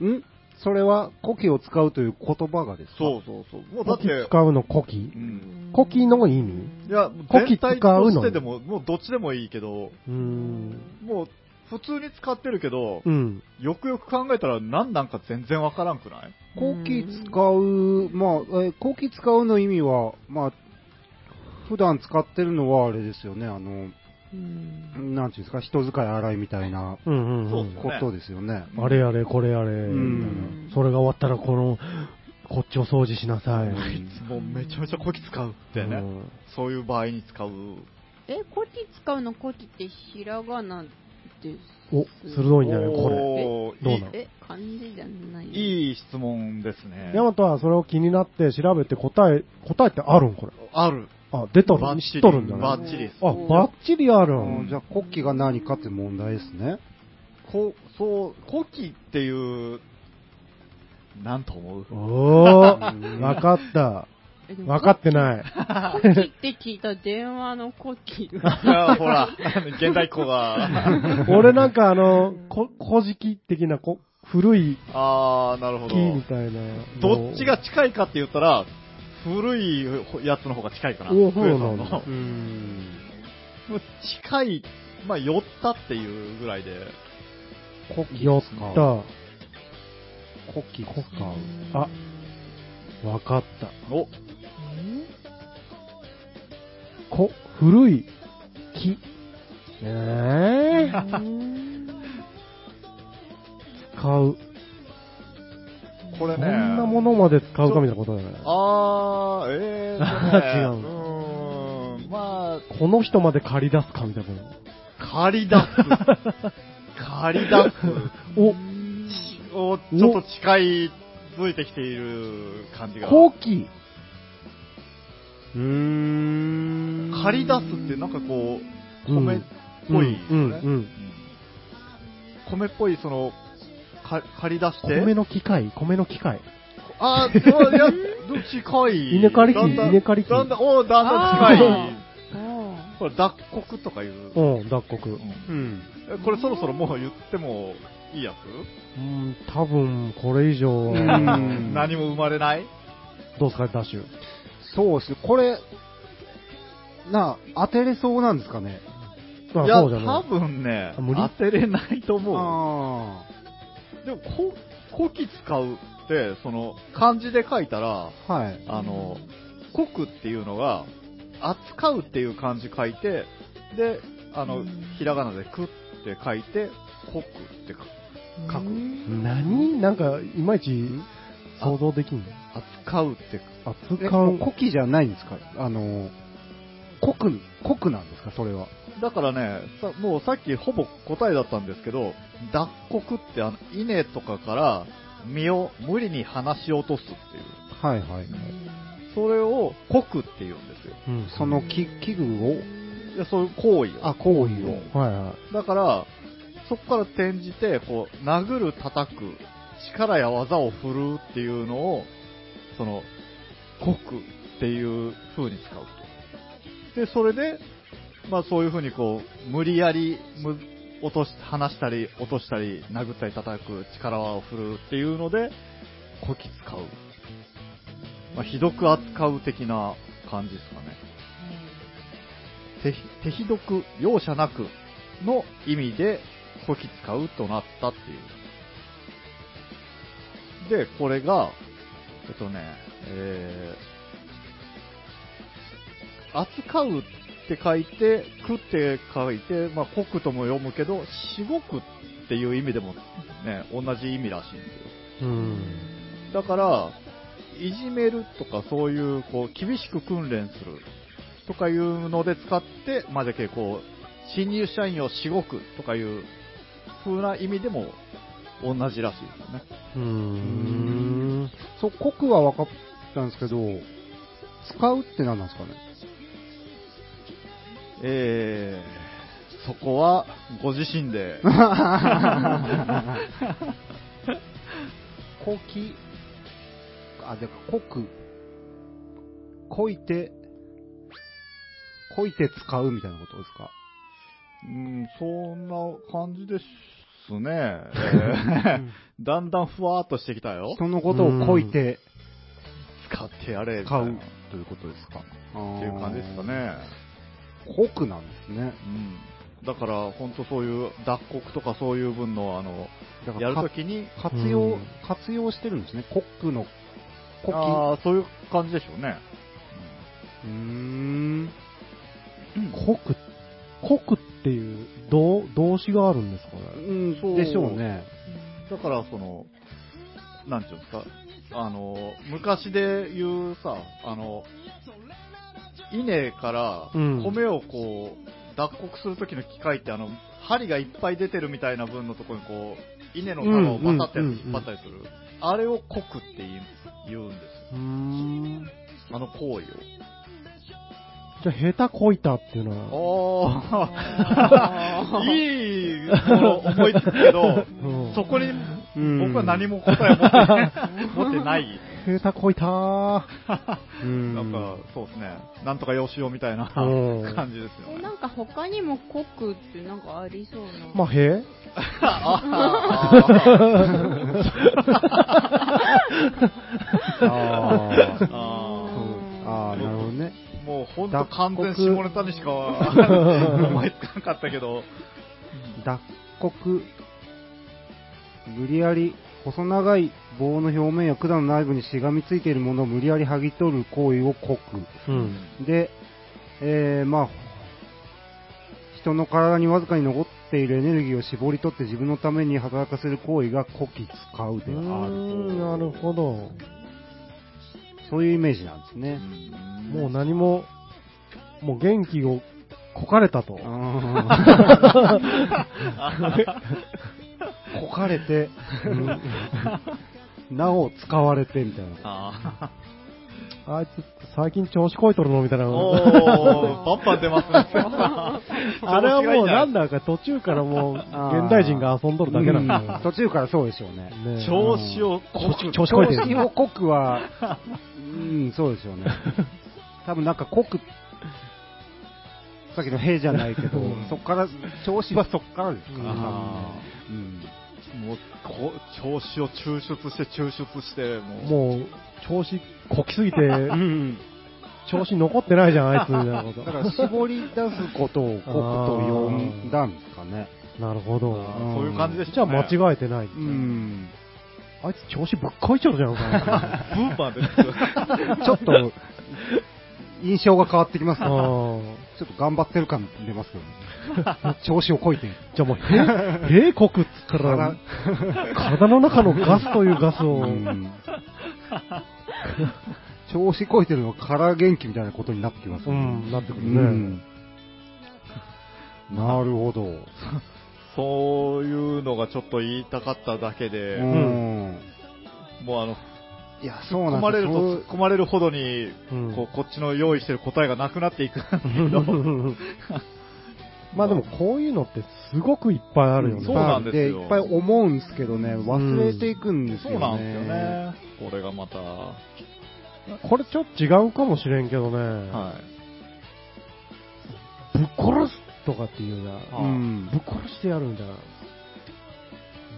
Speaker 2: うん
Speaker 3: それは、古希を使うという言葉がですか
Speaker 2: そうそうそう。もうだ
Speaker 1: こ
Speaker 2: っ
Speaker 1: き
Speaker 2: て、
Speaker 1: 使うのこき
Speaker 2: うん。
Speaker 1: こきの意味
Speaker 2: いや、
Speaker 1: こき
Speaker 2: 全
Speaker 1: 使う
Speaker 2: 体
Speaker 1: の
Speaker 2: としてでも、もうどっちでもいいけど、
Speaker 1: うーん。
Speaker 2: もう普通に使ってるけど、
Speaker 1: うん。
Speaker 2: よくよく考えたら何なんか全然わからんくない
Speaker 3: 古希使う、まあ、えー古希使うの意味は、まあ、普段使ってるのはあれですよね、あの、
Speaker 4: うん
Speaker 3: なんていうんですか、人使い荒いみたいな
Speaker 1: うんうんうん。
Speaker 2: そうそう
Speaker 3: ことですよね。
Speaker 1: あれやれ、これやれ、
Speaker 3: ん
Speaker 1: それが終わったら、この、こっちを掃除しなさい。
Speaker 2: こいつもうめちゃめちゃこき使うってね、
Speaker 1: うん
Speaker 2: そういう場合に使う。
Speaker 4: え、コキ使うのコキってひらがなです。
Speaker 1: お、鋭いんじゃないこれ。
Speaker 2: おー
Speaker 1: どうなの
Speaker 4: え、漢字じゃない
Speaker 2: いいいい質問ですね。
Speaker 1: ヤマトはそれを気になって調べて答え、答えってあるんこれ。
Speaker 2: ある。
Speaker 1: あ、出と
Speaker 2: バッ
Speaker 1: る
Speaker 2: チ
Speaker 1: 知
Speaker 2: リ
Speaker 1: っとるんだね。
Speaker 2: バ
Speaker 1: あ、
Speaker 2: ッチリです。
Speaker 4: あ
Speaker 1: バッチリある
Speaker 2: うん
Speaker 1: ん。
Speaker 3: じゃあ、国旗が何かって問題ですね。
Speaker 2: こそう、古希っていう、なんと 思う
Speaker 1: おー、わかった。わかって ない。
Speaker 4: コキって聞いた電話のコキ。
Speaker 2: いや、ほら、現代っ 子が。
Speaker 1: 俺なんかあの、こ、古事記的な、こ、古い
Speaker 2: あー、なるほ
Speaker 1: 木み
Speaker 2: ど。
Speaker 1: たいな。
Speaker 2: どっちが近いかって言ったら、古いやつの方が近いかな。
Speaker 1: おそ
Speaker 2: 古いうさ
Speaker 1: なんんだ
Speaker 2: の。近い、まあ、寄ったっていうぐらいで。
Speaker 3: 国
Speaker 1: よ
Speaker 3: 旗
Speaker 1: っ
Speaker 3: 使う。
Speaker 1: た。
Speaker 3: 国旗使う。
Speaker 1: あ、わかった。
Speaker 2: お、
Speaker 1: こ、古い木。えー、使う。
Speaker 2: これ
Speaker 1: こん
Speaker 2: ね。
Speaker 1: なものまで使うかみたいなことだよね。
Speaker 2: あー、えーとね、
Speaker 1: 違う
Speaker 2: うーん、まあ、
Speaker 1: この人まで借り出すかみたいなこと。
Speaker 2: 借り出 す。借り出
Speaker 1: お、
Speaker 2: す。を、ちょっと近い、づいてきている感じが。
Speaker 1: 後期。
Speaker 3: うーん
Speaker 2: 借り出すってなんかこう、
Speaker 1: うん
Speaker 2: 米っぽいです
Speaker 1: う
Speaker 2: よ
Speaker 1: ん
Speaker 2: ね、
Speaker 1: うんうん
Speaker 2: 米っぽい、その、か借り出して。
Speaker 1: 米の機械米の機械
Speaker 2: あー、でもいや、ど近い。
Speaker 1: 稲刈り機
Speaker 2: だんだん
Speaker 1: 稲刈り機
Speaker 2: だんだん、おーだんだん近い。
Speaker 4: あ
Speaker 2: これ、脱穀とかいう。
Speaker 1: うん、脱穀。
Speaker 2: う
Speaker 3: うん。
Speaker 2: んこれそろそろもう言ってもいいや
Speaker 1: うん、多分、これ以上
Speaker 3: う
Speaker 2: つ
Speaker 1: は、
Speaker 3: ん
Speaker 2: 何も生まれない
Speaker 1: どうですか、ダッシュ。
Speaker 3: そうですね、これ、なあ、当てれそうなんですかね。
Speaker 1: まあ、
Speaker 2: いや、
Speaker 1: そうじゃな
Speaker 2: 多
Speaker 1: い。
Speaker 2: 分ね
Speaker 1: あ無理、
Speaker 2: 当てれないと思
Speaker 3: あ
Speaker 2: う。でも、こ、こき使うって、その、漢字で書いたら、
Speaker 3: あ、はい。
Speaker 2: あの、こくっていうのが、扱うっていう漢字書いて、で、あの、ひらがなでくって書いて、こくって書く。書く
Speaker 1: 何なんか、いまいち想像できんの
Speaker 2: 扱うって
Speaker 1: 扱
Speaker 3: え、
Speaker 1: う
Speaker 3: もう、古希じゃないんですかあの、濃く、濃くなんですかそれは。
Speaker 2: だからねさ、もうさっきほぼ答えだったんですけど、脱穀ってあの稲とかから実を無理に離し落とすっていう、
Speaker 3: はいはい。
Speaker 2: それを穀って言うんですよ。
Speaker 1: うん
Speaker 3: その器器具を、
Speaker 2: いやそういう行為を。
Speaker 3: あ、行為を。
Speaker 1: はいは
Speaker 2: だから、そこから転じて、こう、殴る、叩く、力や技を振るうっていうのを、その、国っていう風に使うと。で、それで、まあそういう風にこう、無理やり、む落とし、離したり、落としたり、殴ったり叩く、力を振るうっていうので、こき使う。まあ、ひどく扱う的な感じですかね。手ひ手ひどく容赦なくの意味でこき使うとなったっていうでこれがえっとねえー扱うって書いてくって書いてまあこくとも読むけどしごくっていう意味でもね同じ意味らしいんですよ
Speaker 1: い。うん。
Speaker 2: だから、いじめるとか、そういう、こう、厳しく訓練するとかいうので使って、まあ、じゃけ、こう、新入社員をしごくとかいう風な意味でも同じらしいですね。
Speaker 1: うーん。
Speaker 3: そう、濃くは分かったんですけど、使うって何なんですかね
Speaker 2: えー、そこは、ご自身 で。
Speaker 3: こき、あ、でも、こく、こいて、こいて使うみたいなことですか
Speaker 2: うん、そんな感じです ね。えーだんだんふわーっとしてきたよ。
Speaker 3: 人のことをこいて
Speaker 2: 使ってやれ。み
Speaker 3: 使
Speaker 2: たいうな
Speaker 3: ということですか
Speaker 2: っていう感じですか。ね。
Speaker 3: こくなんですね。
Speaker 2: うんだから、本当そういう脱穀とかそういう分の、あの、
Speaker 3: だか
Speaker 2: や
Speaker 3: ら
Speaker 2: る
Speaker 3: か
Speaker 2: ときに、
Speaker 3: 活
Speaker 1: う
Speaker 3: 用
Speaker 1: ん、
Speaker 3: 活用してるんですね。コックの、コ
Speaker 2: ああ、そういう感じでしょうね。
Speaker 3: キ。うーん。
Speaker 1: 濃く、濃くっていう動動詞があるんですか
Speaker 3: う
Speaker 1: ね。
Speaker 3: ん
Speaker 2: そう
Speaker 3: でしょうね。
Speaker 2: だから、その、なんていうんですか、あの、昔で言うさ、あの、稲から
Speaker 1: うん
Speaker 2: 米をこう、脱穀するときの機械って、あの、針がいっぱい出てるみたいな分のところにこう、稲の束をバタってやつ引っ張ったりする。あれをコくって言う言うんで
Speaker 1: うーん。
Speaker 2: すよ。あの行為を。
Speaker 1: じゃあ、下手こいたっていうのは、
Speaker 2: お
Speaker 4: あ
Speaker 2: ー、
Speaker 4: ー
Speaker 2: いいもの思いつくけど、
Speaker 1: うん
Speaker 2: そこに
Speaker 3: うん
Speaker 2: 僕は何も答え持って持ってない。
Speaker 1: 下手こいたー。
Speaker 3: うん
Speaker 2: なんか、そうですね。なんとかよしおみたいな
Speaker 1: うん
Speaker 2: 感じですよ
Speaker 4: え
Speaker 2: ね
Speaker 4: な。んか他にもコクってなんかありそうな。
Speaker 1: まあ、へ
Speaker 2: あ
Speaker 3: あー
Speaker 2: あ
Speaker 3: あー、なるほどね。
Speaker 2: ーもうほんと完全下ネタにしか思いつかなかったけど、
Speaker 3: 脱穀。無理やり、細長い棒の表面や管の内部にしがみついているものを無理やり剥ぎ取る行為をコ
Speaker 1: え。うん。
Speaker 3: く。で、えー、まあ、人の体にわずかに残っているエネルギーを絞り取って自分のために働かせる行為がこき使うで
Speaker 1: うー
Speaker 3: ある
Speaker 1: ん、なるほど。も
Speaker 3: と。そういうイメージなんですね。
Speaker 1: う何も、もう元気をこかれたと。
Speaker 3: こか れて、 なお使われてみたいな。
Speaker 2: あ
Speaker 1: あいつ、最近調子こいとるのみたいな。
Speaker 2: ー。おー、バンバン出ますね
Speaker 1: あれはもうなんだか途中からもう、現代人が遊んどるだけなん
Speaker 3: うん
Speaker 1: だ
Speaker 3: 途中からそうでしょうね。
Speaker 1: よ。ねえ
Speaker 2: 調子をこく
Speaker 1: 調子こいてる
Speaker 3: 調子を濃 くは、うん、そうでしょうね。多分なんか濃く、さっきの兵じゃないけど、そこから、調子はそこからですから、
Speaker 2: あ
Speaker 3: うん
Speaker 2: もうこ調子を抽出して抽出しても
Speaker 1: も
Speaker 2: う
Speaker 1: う、調子こきすぎて、
Speaker 3: うん
Speaker 1: 調子残ってないじゃん、あいつみたいなこ
Speaker 3: だか
Speaker 1: と。
Speaker 3: ら絞り出すことを国と呼んだんですかね。
Speaker 1: なるほど。
Speaker 2: あーそういう感じでした
Speaker 1: じゃあ
Speaker 2: ね。
Speaker 1: 間
Speaker 2: う。
Speaker 1: 違えてない。
Speaker 3: うん。
Speaker 1: あいつ調子ぶっこいちゃうじゃんか。
Speaker 2: ブーバー です。
Speaker 3: ちょっと、印象が変わってきますね。
Speaker 1: うん
Speaker 3: ちょっと頑張ってる感出ますけど、ね、調子をこいて、
Speaker 1: じゃあもう、へ冷国っつったら、体の中のガスというガス
Speaker 3: う
Speaker 1: を。
Speaker 3: ん、調子こいてるのは空元気みたいなことになってきます
Speaker 1: う
Speaker 3: ね。
Speaker 1: ん、なってくる
Speaker 3: う
Speaker 1: ね
Speaker 3: ん。なるほど。う
Speaker 2: そういうのがちょっと言いたかっただけで、
Speaker 3: ん。
Speaker 2: もうあの、
Speaker 3: いや、そう
Speaker 2: 突っ込
Speaker 3: なん
Speaker 2: ま
Speaker 3: で
Speaker 2: れ
Speaker 3: す
Speaker 2: ると
Speaker 3: そ
Speaker 2: 突っ
Speaker 3: う
Speaker 2: 込まれるほどに、
Speaker 1: うん
Speaker 2: こうこっちの用意してる答えがなくなっていくんですけど
Speaker 1: まあでもこういうのってすごくいっぱいあるよね。
Speaker 2: そうなんですよ
Speaker 3: いっぱい思うんですけどね、忘れていくんです
Speaker 2: そ
Speaker 3: よね。
Speaker 2: うなんですよね。これがまた、は
Speaker 1: これちょっと違うかもしれんけどね。
Speaker 2: い。
Speaker 1: ぶっ殺すとかっていうな。
Speaker 2: は
Speaker 3: うん
Speaker 1: ぶっ殺してやるんだな。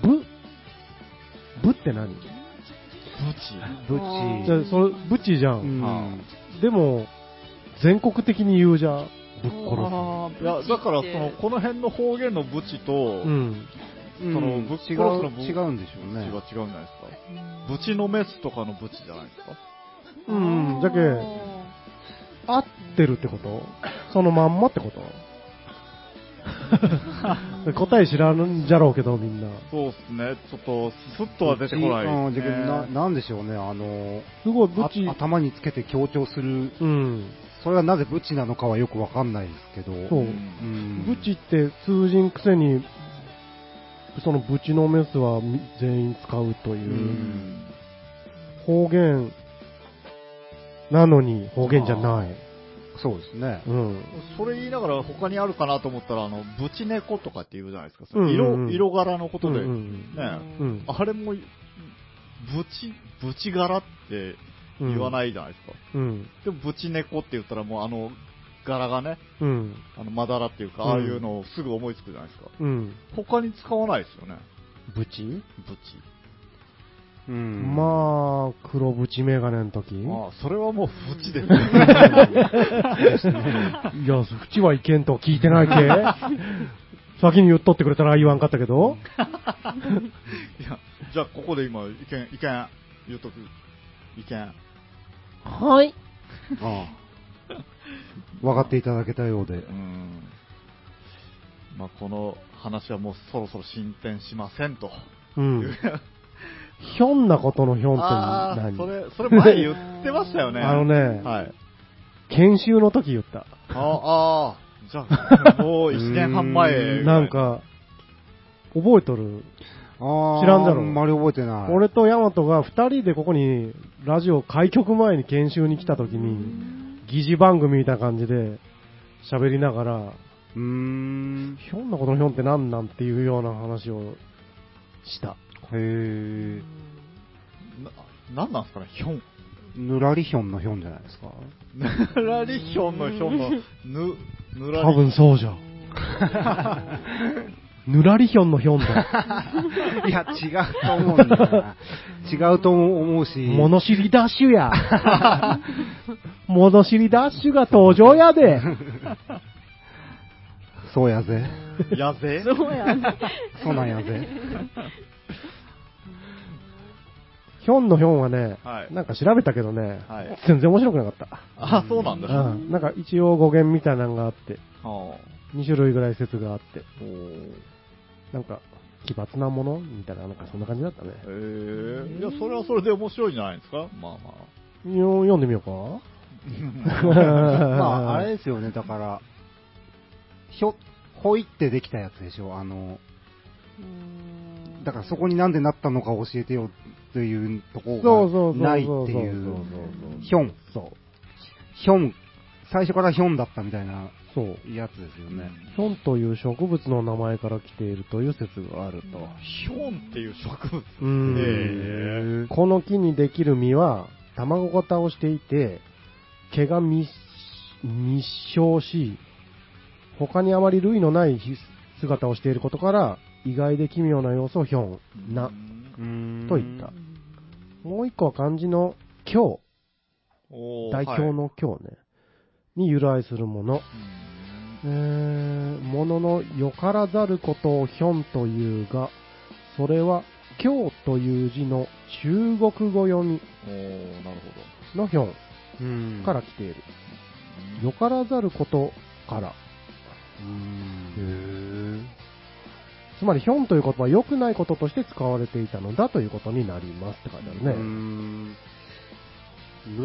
Speaker 1: ぶ、ぶって何
Speaker 3: ブチ。
Speaker 1: じゃあそれ、ぶちじゃ
Speaker 3: うん
Speaker 1: ん。
Speaker 2: は
Speaker 1: でも、全国的に言うじゃん。ぶっ殺
Speaker 4: あー
Speaker 2: いや、だか
Speaker 4: ブ
Speaker 2: ら、その、
Speaker 4: チって
Speaker 2: この辺の方言のブチと、
Speaker 1: す。うん。
Speaker 3: うん
Speaker 2: そのぶっ殺すのぶ
Speaker 3: 違う違うんでしょう
Speaker 2: ブチ
Speaker 3: ね。
Speaker 2: は違うんじゃないですか。ブチのメスとかのブチじゃないですか。
Speaker 1: うん、じゃけ、合ってるってことそのまんまってこと答え知らんじゃろうけど、みんな。
Speaker 2: そうですね。ちょっと、スッとは出てこないです、ね。
Speaker 3: うんななんでしょうね、あの、
Speaker 1: すごい、ぶ
Speaker 3: あ
Speaker 1: ち、
Speaker 3: 頭につけて強調する、
Speaker 1: うん。
Speaker 3: それはなぜブチなのかはよくわかんないですけど、
Speaker 1: そう
Speaker 2: う。ん
Speaker 3: うん
Speaker 1: ブチって通じんくせに、そのブチのメスは全員使うと
Speaker 3: う
Speaker 1: いうん方言なのに方言じゃない。
Speaker 3: そうですね。
Speaker 1: うん。
Speaker 2: それ言いながら他にあるかなと思ったら、あの、ブチ猫とかって言うじゃないですか。そ
Speaker 1: うん
Speaker 2: の
Speaker 1: うんうん
Speaker 2: 色、色柄のことで。
Speaker 1: うん
Speaker 2: ね
Speaker 1: うん
Speaker 2: あれも、ブチ、ブチ柄って
Speaker 1: うん
Speaker 2: 言わないじゃないですか。
Speaker 1: うん。
Speaker 2: でも、ブチ猫って言ったらもうあの、柄がね、
Speaker 1: うん。
Speaker 2: あの、まだらっていうか、
Speaker 1: うん
Speaker 2: ああいうのをすぐ思いつくじゃないですか。
Speaker 1: うん。
Speaker 2: 他に使わないですよね。
Speaker 1: ブチ
Speaker 2: ブチ。
Speaker 3: うん
Speaker 1: まあ、黒ブチメガネの時。い
Speaker 2: まあ、それはもうブチですね。
Speaker 1: や、そっち はいけんと聞いてない け先に言っとってくれたら言わんかったけど。
Speaker 2: いや、じゃあここで今、意見、意見、言うとく。意見。
Speaker 1: はい。
Speaker 3: ああ分かっていただけたようで
Speaker 2: う。ん。まあ、この話はもうそろそろ進展しませんと。
Speaker 1: うん。ひょんなことのひょんって
Speaker 2: ああ
Speaker 1: 何
Speaker 2: ー、それ、それ前言ってましたよね。
Speaker 1: あのね
Speaker 2: はい。
Speaker 1: 研修の時言った。
Speaker 2: ああー、じゃ あ、もう1年半前。
Speaker 1: なん、か、覚えとる。
Speaker 3: ああ
Speaker 1: 知らんだろ
Speaker 3: あんまり覚えてない。
Speaker 1: 俺とヤマトが二人でここに、ラジオ開局前に研修に来た時に、疑似番組みたいな感じで喋りながら、
Speaker 3: うーん。
Speaker 1: ひょんなことのひょんってなんなんっていうような話をした。
Speaker 3: へえ。
Speaker 2: な、なんなんすかね、ひょん。
Speaker 3: ぬらりひょんのひょんじゃないです か。
Speaker 2: ぬらりひょんのひょんの、ぬ、ぬらり。
Speaker 1: 多分そうじゃん。ぬらりひょんのひょんだ。
Speaker 3: いや、違うと思うんだよな。違うと思うし。
Speaker 1: 物知りダッシュや。 物知りダッシュが登場やで。
Speaker 3: そうやぜ。
Speaker 2: やぜ
Speaker 4: そうやね。
Speaker 3: そうなん やぜ。
Speaker 1: ひょんのひょんはね、
Speaker 2: はい
Speaker 1: なんか調べたけどね、
Speaker 2: はい
Speaker 1: 全然面白くなかった。
Speaker 2: あ、そうなんだ。あ
Speaker 1: うん、なんか一応語源みたいなのがあって、
Speaker 2: あ。お
Speaker 1: 2種類ぐらい説があって、
Speaker 2: ー
Speaker 1: なんか奇抜なものみたいな、なんかそんな感じだったね。
Speaker 2: ええいや、それはそれで面白いんじゃないですかまあまあ。
Speaker 1: よ読んでみようか
Speaker 3: まあ、あれですよね、だから、ひょ、ほいってできたやつでしょ。あの、だからそこになんでなったのか教えてよというとこ
Speaker 1: そうそうそうそ
Speaker 3: ろ
Speaker 1: う
Speaker 3: がないってい
Speaker 1: そう
Speaker 3: う。
Speaker 1: そうそう
Speaker 3: ひょん。
Speaker 1: そう。
Speaker 3: ひょん。最初からひょんだったみたいな
Speaker 1: そう。
Speaker 3: やつですよね。
Speaker 1: ヒョンという植物の名前から来ているという説があると。
Speaker 2: ひょんっていう植物。
Speaker 1: う
Speaker 2: へ
Speaker 1: ん。この木にできる実は、卵型をしていて、毛が密密生し、他にあまり類のないひ姿をしていることから、意外で奇妙な要素をヒョン、な、
Speaker 3: うーん
Speaker 1: といった。もう一個は漢字の今
Speaker 2: おー
Speaker 1: 代表
Speaker 2: はい
Speaker 1: の今日ね、に由来するもの。えー、もののよからざることをひょんというが、それは今日という字の中国語読み
Speaker 2: うんおーなるほ
Speaker 1: のひょん
Speaker 3: うん
Speaker 1: から来ている。
Speaker 2: ど。
Speaker 1: よからざることから。
Speaker 3: うん
Speaker 1: つまりひょんという言葉は良くないこととして使われていたのだということになりますって書いてある
Speaker 3: う
Speaker 1: ね。
Speaker 3: んぬ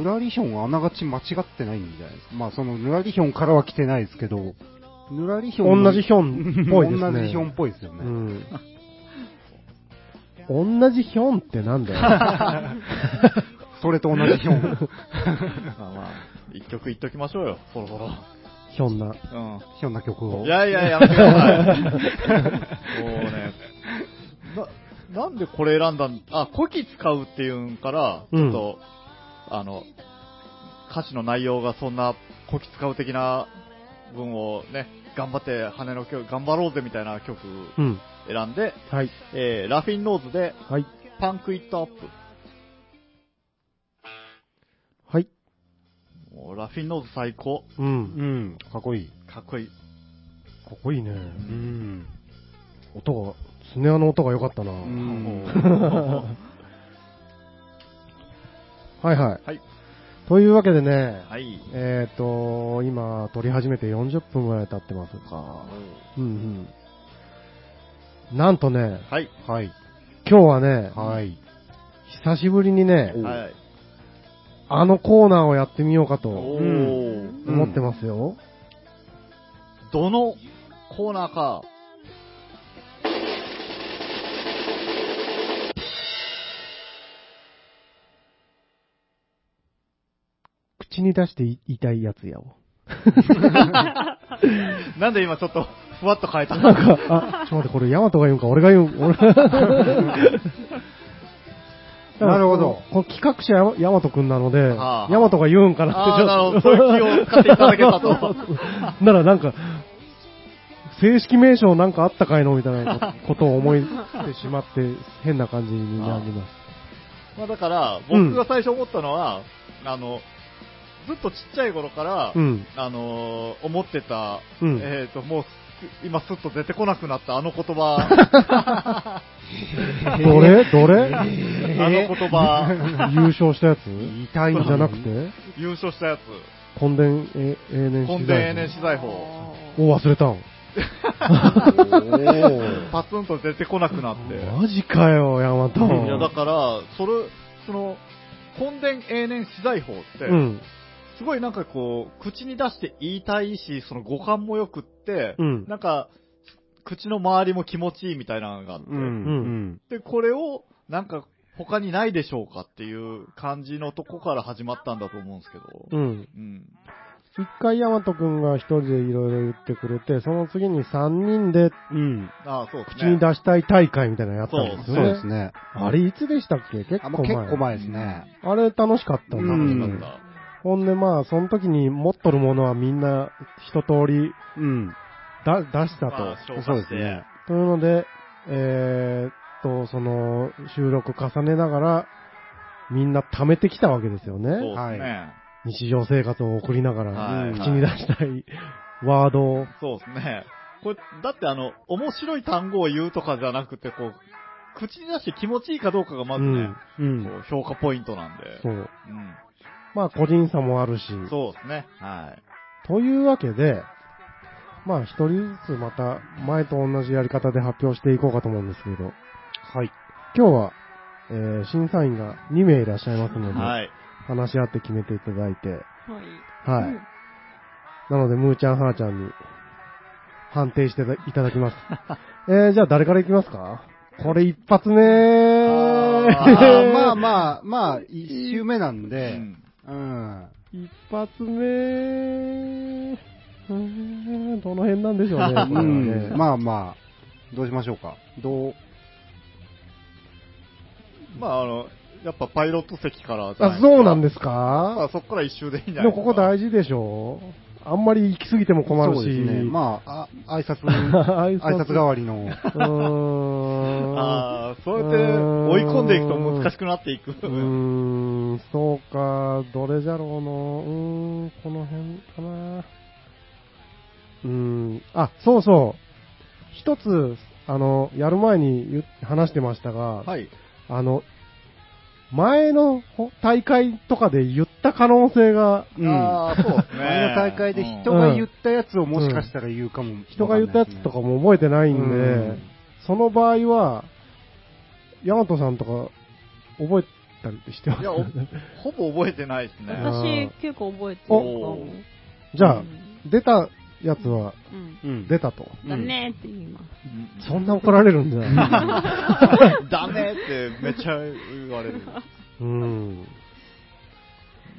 Speaker 3: らりひょんはあながち間違ってないんじゃないですか。まあそのぬらりひょんからは来てないですけど、ぬらりひょんの。
Speaker 1: 同じひょんっぽいですね
Speaker 3: 同じひょんっぽいですよね。
Speaker 1: うん。同じひょんってなんだよ。
Speaker 3: それと同じひ ょん。
Speaker 2: まあまあ、一曲言っときましょうよ、そろそろ。
Speaker 1: ひょんな。
Speaker 2: う
Speaker 3: ひょんな曲
Speaker 2: ん。
Speaker 3: を。
Speaker 2: いやいや、やめてください。もうね、な、なんでこれ選んだん、あ、古希使うっていうんから、ちょっと、あの、歌詞の内容がそんな古希使う的な文をね、頑張って羽の曲、頑張ろうぜみたいな曲
Speaker 1: うん。
Speaker 2: 選んで、
Speaker 1: はい。
Speaker 2: えー、ラフィンノーズで、
Speaker 1: はい。
Speaker 2: パンクイットアップ。
Speaker 1: はい。
Speaker 2: もうラフィンノーズ最高。
Speaker 1: う。
Speaker 3: うんん、かっこいい。
Speaker 2: かっこいい。
Speaker 1: かっこいいね。
Speaker 3: うん。
Speaker 1: 音が、スネアの音が良かったな。
Speaker 3: うん
Speaker 1: はいはい。
Speaker 2: はい。
Speaker 1: というわけでね、
Speaker 2: はい。
Speaker 1: えっ、と、今、撮り始めて40分ぐらい経ってますか。うんうん。なんとね、
Speaker 2: はい。
Speaker 3: はい。
Speaker 1: 今日はね、
Speaker 3: はい。
Speaker 1: 久しぶりにね、
Speaker 2: はい。
Speaker 1: あのコーナーをやってみようかと
Speaker 2: お
Speaker 3: う
Speaker 2: ー。
Speaker 1: 思ってますよ。
Speaker 2: どのコーナ ーか。
Speaker 1: 口に出して言いたいやつやを。
Speaker 2: なんで今ちょっと、ふわっと変えた
Speaker 1: なんか、あ、ちょっと待って、これヤマトが言うんか、俺が言 うん、俺
Speaker 3: なる
Speaker 1: この
Speaker 3: ほど
Speaker 1: この企画者ヤマヤマトくんなので、
Speaker 2: はあ
Speaker 1: ヤマトが言うんかなっ
Speaker 2: あ
Speaker 1: て
Speaker 2: あ、
Speaker 1: ち
Speaker 2: な
Speaker 1: ょ
Speaker 2: る
Speaker 1: っと。
Speaker 2: ほど。そういう気を使っていただけたと。
Speaker 1: ならなんか、正式名称なんかあったかいのみたいなことを思いてしまって、変な感じになります。
Speaker 2: まあだから、
Speaker 1: うん
Speaker 2: 僕が最初思ったのは、あの、ずっとちっちゃい頃から、
Speaker 1: うん。
Speaker 2: あのー思ってた、
Speaker 1: うん
Speaker 2: えっ、と、もうす、今すっと出てこなくなったあの言 葉、
Speaker 1: どれどれ
Speaker 2: あの言葉、
Speaker 1: 優勝したやつ
Speaker 3: 痛い
Speaker 1: じ
Speaker 3: のに
Speaker 1: ゃなく て
Speaker 2: 優勝したやつ、
Speaker 1: 根伝え永年
Speaker 2: 根
Speaker 1: 資
Speaker 2: 底
Speaker 1: 材
Speaker 2: 永年資材法、
Speaker 4: お
Speaker 1: を忘れたん
Speaker 2: パツンと出てこなくなって。
Speaker 1: マジかよ、ヤマト。
Speaker 2: いや、だから、それ、その、根伝永年資材法って、
Speaker 1: うん。
Speaker 2: すごいなんかこう、口に出して言いたいし、その語感も良くって、
Speaker 1: うん
Speaker 2: なんか、口の周りも気持ちいいみたいなのがあって、
Speaker 3: うん。うん。
Speaker 2: で、これを、なんか、他にないでしょうかっていう感じのとこから始まったんだと思うんですけど。
Speaker 1: うん。
Speaker 2: うん。
Speaker 1: 一回ヤマトくんが一人でいろいろ言ってくれて、その次に三人で
Speaker 3: うん。
Speaker 2: ああ、そうです
Speaker 1: 口
Speaker 2: ね。
Speaker 1: に出したい大会みたいなのやったんです
Speaker 3: そう
Speaker 1: よね。
Speaker 3: ですね。
Speaker 1: あれいつでしたっけ結
Speaker 3: あ、
Speaker 1: 構
Speaker 3: もう
Speaker 1: 前。
Speaker 3: 結構前ですね。
Speaker 1: あれ楽しかった
Speaker 3: う
Speaker 1: な。
Speaker 3: ん
Speaker 2: なんだ。
Speaker 1: ほんでまあ、その時に持っとるものはみんな一通り
Speaker 3: うん。
Speaker 1: だ出した
Speaker 2: まあ
Speaker 1: と。
Speaker 2: 消
Speaker 3: そう
Speaker 2: 化
Speaker 3: で
Speaker 2: し
Speaker 3: す
Speaker 2: て
Speaker 3: ね。
Speaker 1: というので、えーっと、その、収録重ねながら、みんな貯めてきたわけですよ
Speaker 2: そう
Speaker 1: ね。
Speaker 2: ですね。
Speaker 1: 日常生活を送りながら、
Speaker 2: はい。
Speaker 1: 口に出したいワードを。
Speaker 2: そうですね。これ、だってあの、面白い単語を言うとかじゃなくて、こう、口に出して気持ちいいかどうかがまずね、
Speaker 1: うん
Speaker 3: う
Speaker 2: こ
Speaker 3: ん。
Speaker 2: う評価ポイントなんで。
Speaker 1: そう。
Speaker 2: うん
Speaker 1: まあ、個人差もあるし。
Speaker 2: そうですね。はい。
Speaker 1: というわけで、まあ、一人ずつまた、前と同じやり方で発表していこうかと思うんですけど、
Speaker 3: はい。
Speaker 1: 今日は、えー審査員が2名いらっしゃいますので、
Speaker 2: はい。
Speaker 1: 話し合って決めていただいて、
Speaker 4: はい。
Speaker 1: はい。
Speaker 4: うん
Speaker 1: なので、ムーちゃん、ハーちゃんに判定していただき ます。えー、じゃあ誰からいきますかこれ一発目
Speaker 2: あ
Speaker 3: あー
Speaker 1: ー
Speaker 3: まあまあ、まあ、一周目なん
Speaker 2: う
Speaker 3: で、
Speaker 2: ん
Speaker 3: うん。
Speaker 1: 一発目うーんどの辺なんでしょうね。これは
Speaker 3: う
Speaker 1: ね
Speaker 3: ん、まあまあ、どうしましょうか。どう、
Speaker 2: まああの、やっぱパイロット席からじゃない
Speaker 1: あ、そうなん
Speaker 2: で
Speaker 1: です
Speaker 2: すか。ま
Speaker 1: か
Speaker 2: あそこから一周でいいんじ
Speaker 1: で
Speaker 2: ゃない
Speaker 1: も
Speaker 2: です
Speaker 1: こ
Speaker 2: か。
Speaker 1: こ大事でしょあんまり行き過ぎても困るし。
Speaker 3: そうですね。まあ、あ挨拶、
Speaker 1: 挨
Speaker 3: 挨
Speaker 1: 拶
Speaker 3: 拶代わりの。
Speaker 1: うーん。
Speaker 2: ああ、そうやって追い込んでいくと難しくなっていく。
Speaker 1: うーん、そうか、どれじゃろうの、うーん、この辺かな。うーん、あ、そうそう。一つ、あの、やる前に言っ話してましたが、
Speaker 2: はい。
Speaker 1: あの、前のほ大会とかで言った可能性が、
Speaker 3: うん。
Speaker 2: ああ、そうですね。
Speaker 3: 前の大会で人が言ったやつをもしかしたら言うかも、
Speaker 1: 人が言ったやつとかも覚えてないんで、
Speaker 3: うん
Speaker 1: その場合は、ヤマトさんとか覚えたりしてます
Speaker 2: いや、おほぼ覚えてないですね。
Speaker 4: 私、結構覚えてるか
Speaker 2: お
Speaker 4: も。
Speaker 1: じゃあ
Speaker 4: う、ん
Speaker 1: 出たやつは
Speaker 4: うん。
Speaker 3: うん。
Speaker 1: 出たと。
Speaker 4: だねって言います。
Speaker 1: そんな怒られるんじゃない
Speaker 2: ダメってめっちゃ言われる。
Speaker 1: うん。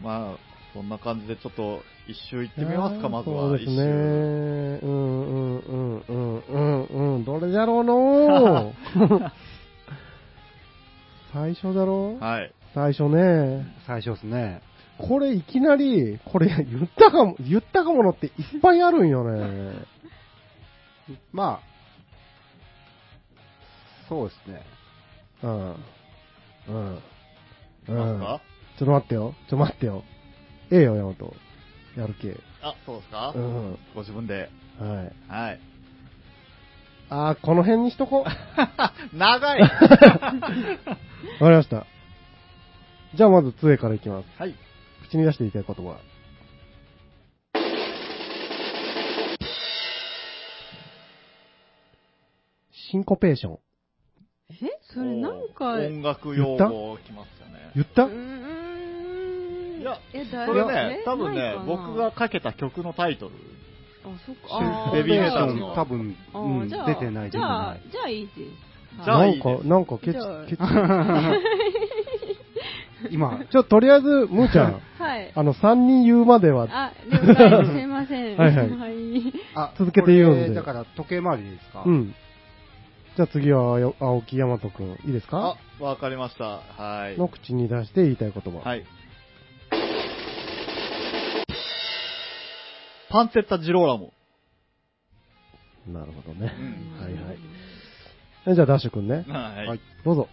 Speaker 2: まあ、そんな感じでちょっと一周行ってみますか、まず
Speaker 1: そう
Speaker 2: は。
Speaker 1: で
Speaker 2: 一
Speaker 1: すね。うん
Speaker 2: 周。
Speaker 1: うんうんうんうんうん。どれじゃろうの 最初だろ
Speaker 2: はい。
Speaker 1: 最初ね。
Speaker 3: 最初ですね。
Speaker 1: これいきなり、これ言ったかも、言ったかものっていっぱいあるんよ ね。
Speaker 3: まあ、そうですね。
Speaker 1: うん。うん。
Speaker 2: いきますか
Speaker 1: ちょっと待ってよ。ちょっと待ってよ。ええよ、山本。やる気。
Speaker 2: あ、そうですか
Speaker 1: うん。
Speaker 2: ご自分で。
Speaker 1: はい。
Speaker 2: はい。
Speaker 1: あー、この辺にしとこう。
Speaker 2: 長い
Speaker 1: わかりました。じゃあまず杖からいきます。
Speaker 2: はい。
Speaker 1: 口に出して言いたい言葉。シンコペーション。
Speaker 4: えそれなんか、う
Speaker 2: 音楽用語きますよね。
Speaker 1: 言った
Speaker 4: ーん。
Speaker 2: いや
Speaker 4: え、だ
Speaker 2: それね、多分
Speaker 4: ない
Speaker 2: ね
Speaker 4: か、な
Speaker 2: 僕がかけた曲のタイトル。
Speaker 4: あ、そっか。あー
Speaker 2: ベビーメタル
Speaker 3: シンコペーショ
Speaker 2: の
Speaker 3: ン多分、
Speaker 4: あ
Speaker 3: う
Speaker 4: ー
Speaker 3: ん、
Speaker 4: じゃあ
Speaker 3: 出てない、出
Speaker 4: じ
Speaker 3: て
Speaker 4: ゃ
Speaker 3: な
Speaker 4: あ
Speaker 3: い。、
Speaker 4: じゃあいいです。
Speaker 2: じゃあ
Speaker 4: はい
Speaker 1: ないん
Speaker 2: い
Speaker 1: か
Speaker 2: で、す
Speaker 1: なんかケチ
Speaker 4: じゃあ、
Speaker 1: ケチ。
Speaker 3: 今、
Speaker 1: ちょ、とりあえず、む ーちゃん、
Speaker 4: はい。
Speaker 1: あの、3人言うまでは、
Speaker 4: あ、了解です。すいません。
Speaker 1: はいはい
Speaker 3: あ
Speaker 1: 続けて言うんで
Speaker 3: これだから、時計回りですか
Speaker 1: うん。じゃあ次は、よ青木大和くん、いいです
Speaker 2: あ
Speaker 1: か、
Speaker 2: わかりました。はい。
Speaker 1: の口に出して言いたい言葉。
Speaker 2: はい。パンツェッタ・ジローラモ。
Speaker 1: なるほどね
Speaker 2: う。ん。
Speaker 1: はいはい。えじゃあ、ダッシュくんね。
Speaker 2: はい。
Speaker 3: はい
Speaker 1: どうぞ。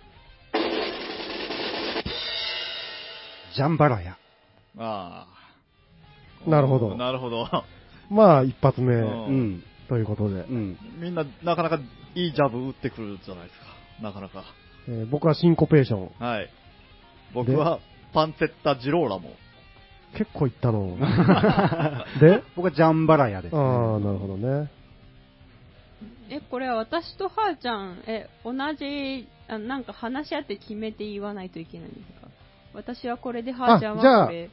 Speaker 3: ジャンバラヤ。
Speaker 2: ああ。
Speaker 1: なるほど
Speaker 2: なるほど。
Speaker 1: まあ、一発目、
Speaker 2: うん
Speaker 3: うん。
Speaker 1: ということで
Speaker 3: う。ん。
Speaker 2: みんな、なかなかいいジャブ打ってくるじゃないですか。なかなか。
Speaker 1: えー僕はシンコペーション。
Speaker 2: はい。僕は、パンツェッタ・ジローラモ。
Speaker 1: 結構いった の。で
Speaker 3: 僕はジャンバラヤです、
Speaker 1: ああ、なるほどね。
Speaker 4: え、これは私とはーちゃん、え、同じ、あなんか話し合って決めて言わないといけないんですか私はこれで、はーちゃん
Speaker 1: あじゃあ
Speaker 4: はこれ。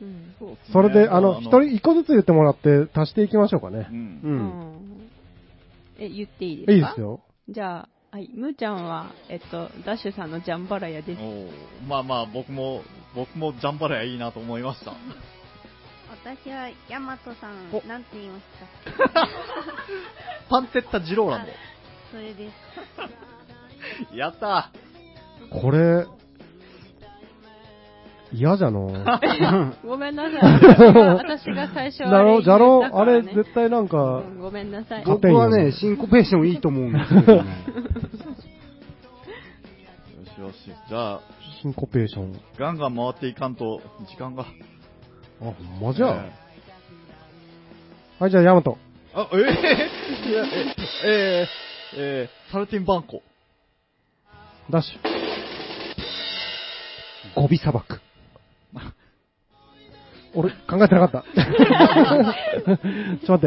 Speaker 4: うん。
Speaker 2: そうですね
Speaker 1: それで、あの、一人
Speaker 2: う
Speaker 1: 一個ずつ言ってもらって足していきましょうかね。
Speaker 2: ん
Speaker 3: う。
Speaker 4: うんん。え、言っていいですか
Speaker 1: いいですよ。
Speaker 4: じゃあ、はい、むーちゃんは、えっと、ダッシュさんのジャンバラヤです。
Speaker 2: おーまあまあ、僕も、僕もジャンバラヤいいなと思いました。
Speaker 6: 私はヤマトさん
Speaker 2: お、
Speaker 6: なんて言いました
Speaker 2: パンツェッタ・ジローラ
Speaker 6: それです。
Speaker 2: モ。 やった
Speaker 1: これ、嫌じゃ の。
Speaker 4: ごめんなさい。私が私が最初
Speaker 1: だ
Speaker 4: あ
Speaker 1: ろ、
Speaker 4: れ
Speaker 1: じゃろ
Speaker 4: 言っ、た
Speaker 1: あ
Speaker 4: から
Speaker 1: れ
Speaker 4: ね
Speaker 1: 絶対なんか、
Speaker 4: うんごめんなさい。
Speaker 1: 勝
Speaker 3: 僕
Speaker 1: 手に
Speaker 3: はね、シンコペーションいいと思うんですけどね。
Speaker 2: よしよし。じゃあ、
Speaker 1: シンコペーション。
Speaker 2: ガンガン回っていかんと、時間が。
Speaker 1: あ、ほんまじゃあ。
Speaker 2: え
Speaker 1: はい、じゃあ、ヤマト。
Speaker 2: ーあ、えー、いやえー、えー、えー、サルティンバンコ。
Speaker 1: ダッシ
Speaker 3: ゴビ砂 漠。
Speaker 1: ュ。俺、考えてなか った。ちょっと待って。ちょっ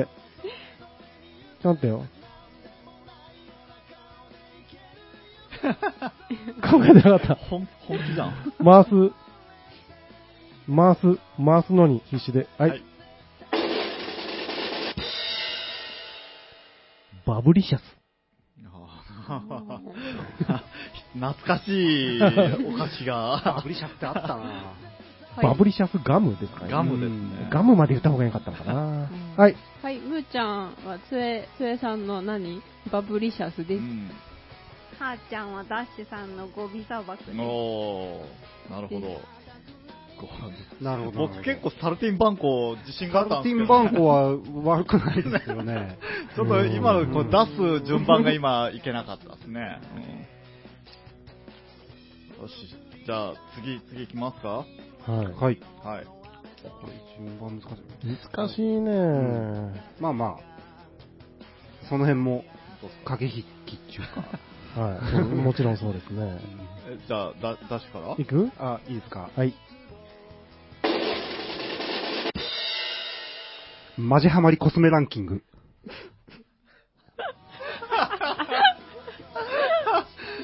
Speaker 1: と待って よ。考えてなかった。
Speaker 2: 本、本気じゃん。
Speaker 1: 回す。回す。回すのに必死で。はい。
Speaker 2: はい
Speaker 1: バブリシャス。
Speaker 2: あー 懐かしいお菓子
Speaker 3: あ、
Speaker 2: が
Speaker 3: ブ。リシャってあったな
Speaker 4: はい
Speaker 1: バブリシャスガムですかね。
Speaker 2: ガムですね。
Speaker 1: ガムまで言った方が良かったのかな
Speaker 4: うん。
Speaker 1: はい。
Speaker 4: はい、むーちゃんは、つえ、つえさんの何バブリシャス
Speaker 2: う
Speaker 4: です。
Speaker 2: ん。
Speaker 6: はーちゃんはダッシュさんのゴビ砂漠です。
Speaker 2: おー、なるほど。コは。
Speaker 3: なるほど。
Speaker 2: 僕結構サルティンバンコ自信があった
Speaker 3: サ
Speaker 2: ん
Speaker 3: ル
Speaker 2: で
Speaker 3: テ
Speaker 2: す
Speaker 3: ィ
Speaker 2: け
Speaker 3: ンバ
Speaker 2: ど、
Speaker 3: ンコは悪くないですよね。
Speaker 2: ちょっと今のこう出す順番が今いけなかったですね。うんよし、じゃあ次、次行きますか
Speaker 1: はい。
Speaker 3: はい。
Speaker 2: はい。
Speaker 3: これ順番難しい。
Speaker 1: 難しいね、
Speaker 3: まあまあ、その辺も駆け引きっていうか。
Speaker 1: はい。もちろんそうですね。
Speaker 2: えじゃあ、だ、ダッシュから
Speaker 1: いく
Speaker 3: あ、いいですか。
Speaker 1: はい。
Speaker 3: マジハマりコスメランキング。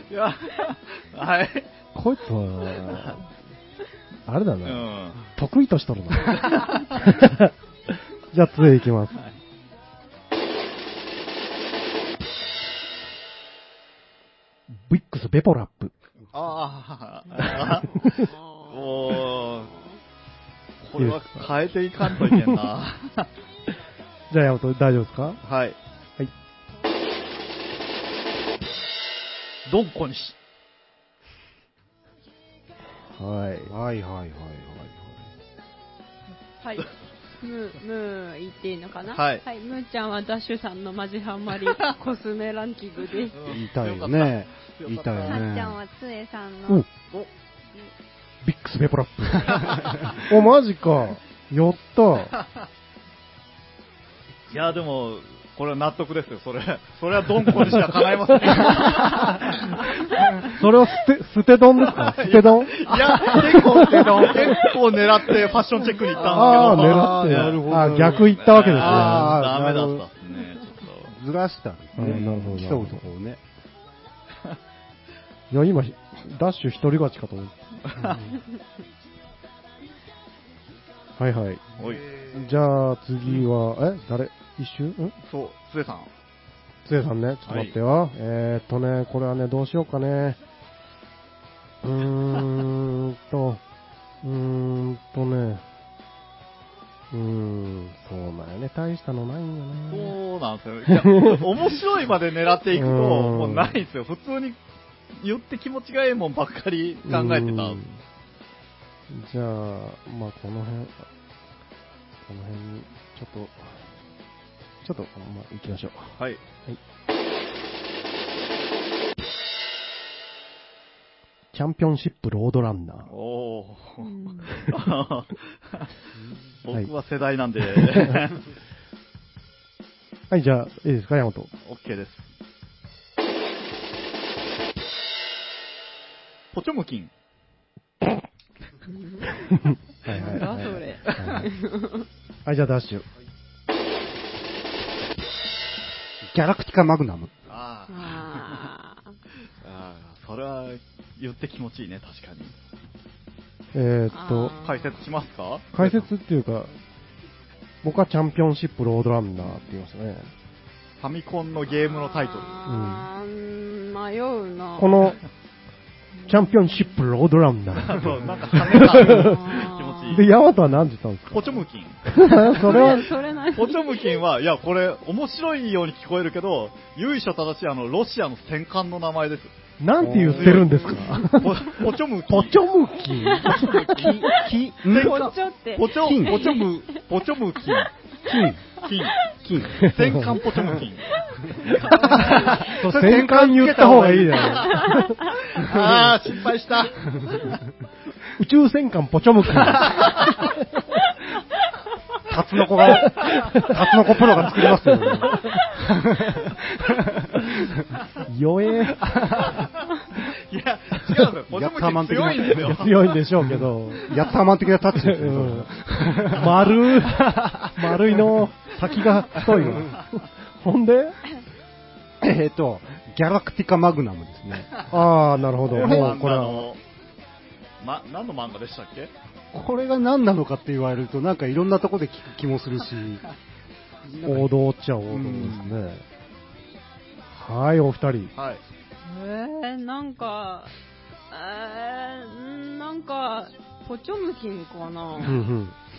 Speaker 2: いや、はい。
Speaker 1: こいつは、あれだ
Speaker 2: う
Speaker 1: な、
Speaker 2: ん。
Speaker 1: 得意としとるな。 じゃあ、次いきます。ビックスベポラップ。
Speaker 2: ああ、もう、これは変えていかんといけんな。
Speaker 1: じゃあ、山本大丈夫ですか
Speaker 2: は
Speaker 1: はい。
Speaker 2: い。ドンコにし。
Speaker 1: はい。
Speaker 3: はいはいはいはい。
Speaker 4: はい。ムー、ムー言っていいのかな
Speaker 2: はい
Speaker 4: ムーちゃんはダッシュさんのマジハマ りコスメランキングです。
Speaker 3: 言いたいよね。言いたい
Speaker 6: さ
Speaker 3: よ
Speaker 6: っちゃん
Speaker 3: ね。
Speaker 6: はつえさん
Speaker 1: う
Speaker 6: の
Speaker 1: ん。ビックスベポラップ。お、マジか。やった。
Speaker 2: いや、でも、これは納得ですよ、 それ。それはドンコにしか叶いません。
Speaker 1: それは捨て、捨て丼ですか捨て丼
Speaker 2: いや、結構、結構狙ってファッションチェックに行ったんですけど。
Speaker 1: ああ、狙って。
Speaker 3: なるほど
Speaker 1: あ逆行ったわけですね。
Speaker 2: あ
Speaker 3: あー
Speaker 2: ーダメだったっすね、ちょっと。
Speaker 3: ずらしたんです
Speaker 1: う
Speaker 3: ね。
Speaker 1: んなるほど
Speaker 3: 競うところをね。
Speaker 1: いや、今、ダッシュ一人勝ちかと思った。はいはい。
Speaker 2: おい。
Speaker 1: じゃあ次は、え誰一周ん
Speaker 2: そう、つえさん。
Speaker 1: つえさんね。ちょっと待ってよ。えーっとね、これはね、どうしようかね。うーんと、うーんとね。うーん、そうなんよね。大したのないんよね。
Speaker 2: そうなんですよ。いや面白いまで狙っていくと、
Speaker 1: うん
Speaker 2: もうないんですよ。普通に言って気持ちがええもんばっかり考えて
Speaker 1: う
Speaker 2: た。
Speaker 1: ーんじゃあ、まあこの辺、この辺に、ちょっと、ちょっと、まあ行きましょう。
Speaker 2: はい。
Speaker 1: チャンピオンシップロードランナー。
Speaker 2: おお
Speaker 4: う
Speaker 2: ー。
Speaker 4: ん
Speaker 2: 僕は世代なんで、
Speaker 1: はい、じゃあ、いいですか、山本。
Speaker 2: OK です。ポチョムキン。
Speaker 1: はいはい
Speaker 4: な
Speaker 1: は
Speaker 4: んだ
Speaker 1: い。
Speaker 4: それ。
Speaker 1: はいはい、じゃあダッシュ。
Speaker 3: ギャラクティカマグナム。
Speaker 2: あー
Speaker 4: あー
Speaker 2: あー、それは言って気持ちいいね、確かに。
Speaker 1: えーっと、
Speaker 4: あー
Speaker 2: 解説しますか
Speaker 1: 解説っていうか、僕はチャンピオンシップロードランナーって言いましたね。
Speaker 2: ファミコンのゲームのタイトル。
Speaker 4: あー迷うな。
Speaker 1: この、チャンピオンシップロードランナー。
Speaker 2: そう、なんか跳ねた気持ちい
Speaker 1: で、
Speaker 2: い。
Speaker 1: ヤマトは何て言ったんですか
Speaker 2: ポチョムキン。
Speaker 1: それは、
Speaker 4: それ何
Speaker 2: ポチョムキンは、いや、これ、面白いように聞こえるけど、由緒正しいあの、ロシアの戦艦の名前です。
Speaker 1: なんて言ってるんですか
Speaker 2: ポポチョムキン。
Speaker 1: ポチョ ムキン
Speaker 3: キ、キ、
Speaker 2: で
Speaker 4: こっちょって。
Speaker 2: ポチョ、ポチョム、ポチョムキン。金。金。金。戦艦ポチョムキン。
Speaker 1: そう戦艦言った方がいいじゃない
Speaker 2: あー、失敗した。
Speaker 1: 宇宙戦艦ポチョムキン。
Speaker 3: タツノコが、タツノコプロが作りま す けどね。
Speaker 1: 弱え。
Speaker 2: いや、違うんですよ。ポチョムキン強いんですよ。
Speaker 1: 強いんでしょうけど。
Speaker 3: ヤッターマン的なタッチです
Speaker 1: う
Speaker 3: ね。
Speaker 1: ん丸い、丸いの先が太いわ。ほんで
Speaker 3: えっと、ギャラクティカマグナムですね。
Speaker 1: ああ、なるほど。
Speaker 2: これ
Speaker 1: もう
Speaker 2: 漫
Speaker 1: こ
Speaker 2: 画
Speaker 1: れは。
Speaker 2: の、ま、何の漫画でしたっけ
Speaker 3: これが何なのかって言われると、なんかいろんなとこで聞く気もするし、
Speaker 1: 王道っちゃ王道ですね。はい、お二人。
Speaker 2: はい。
Speaker 4: えー、なんか、えー、んなんか、ポチョムキンか
Speaker 1: うん
Speaker 4: な。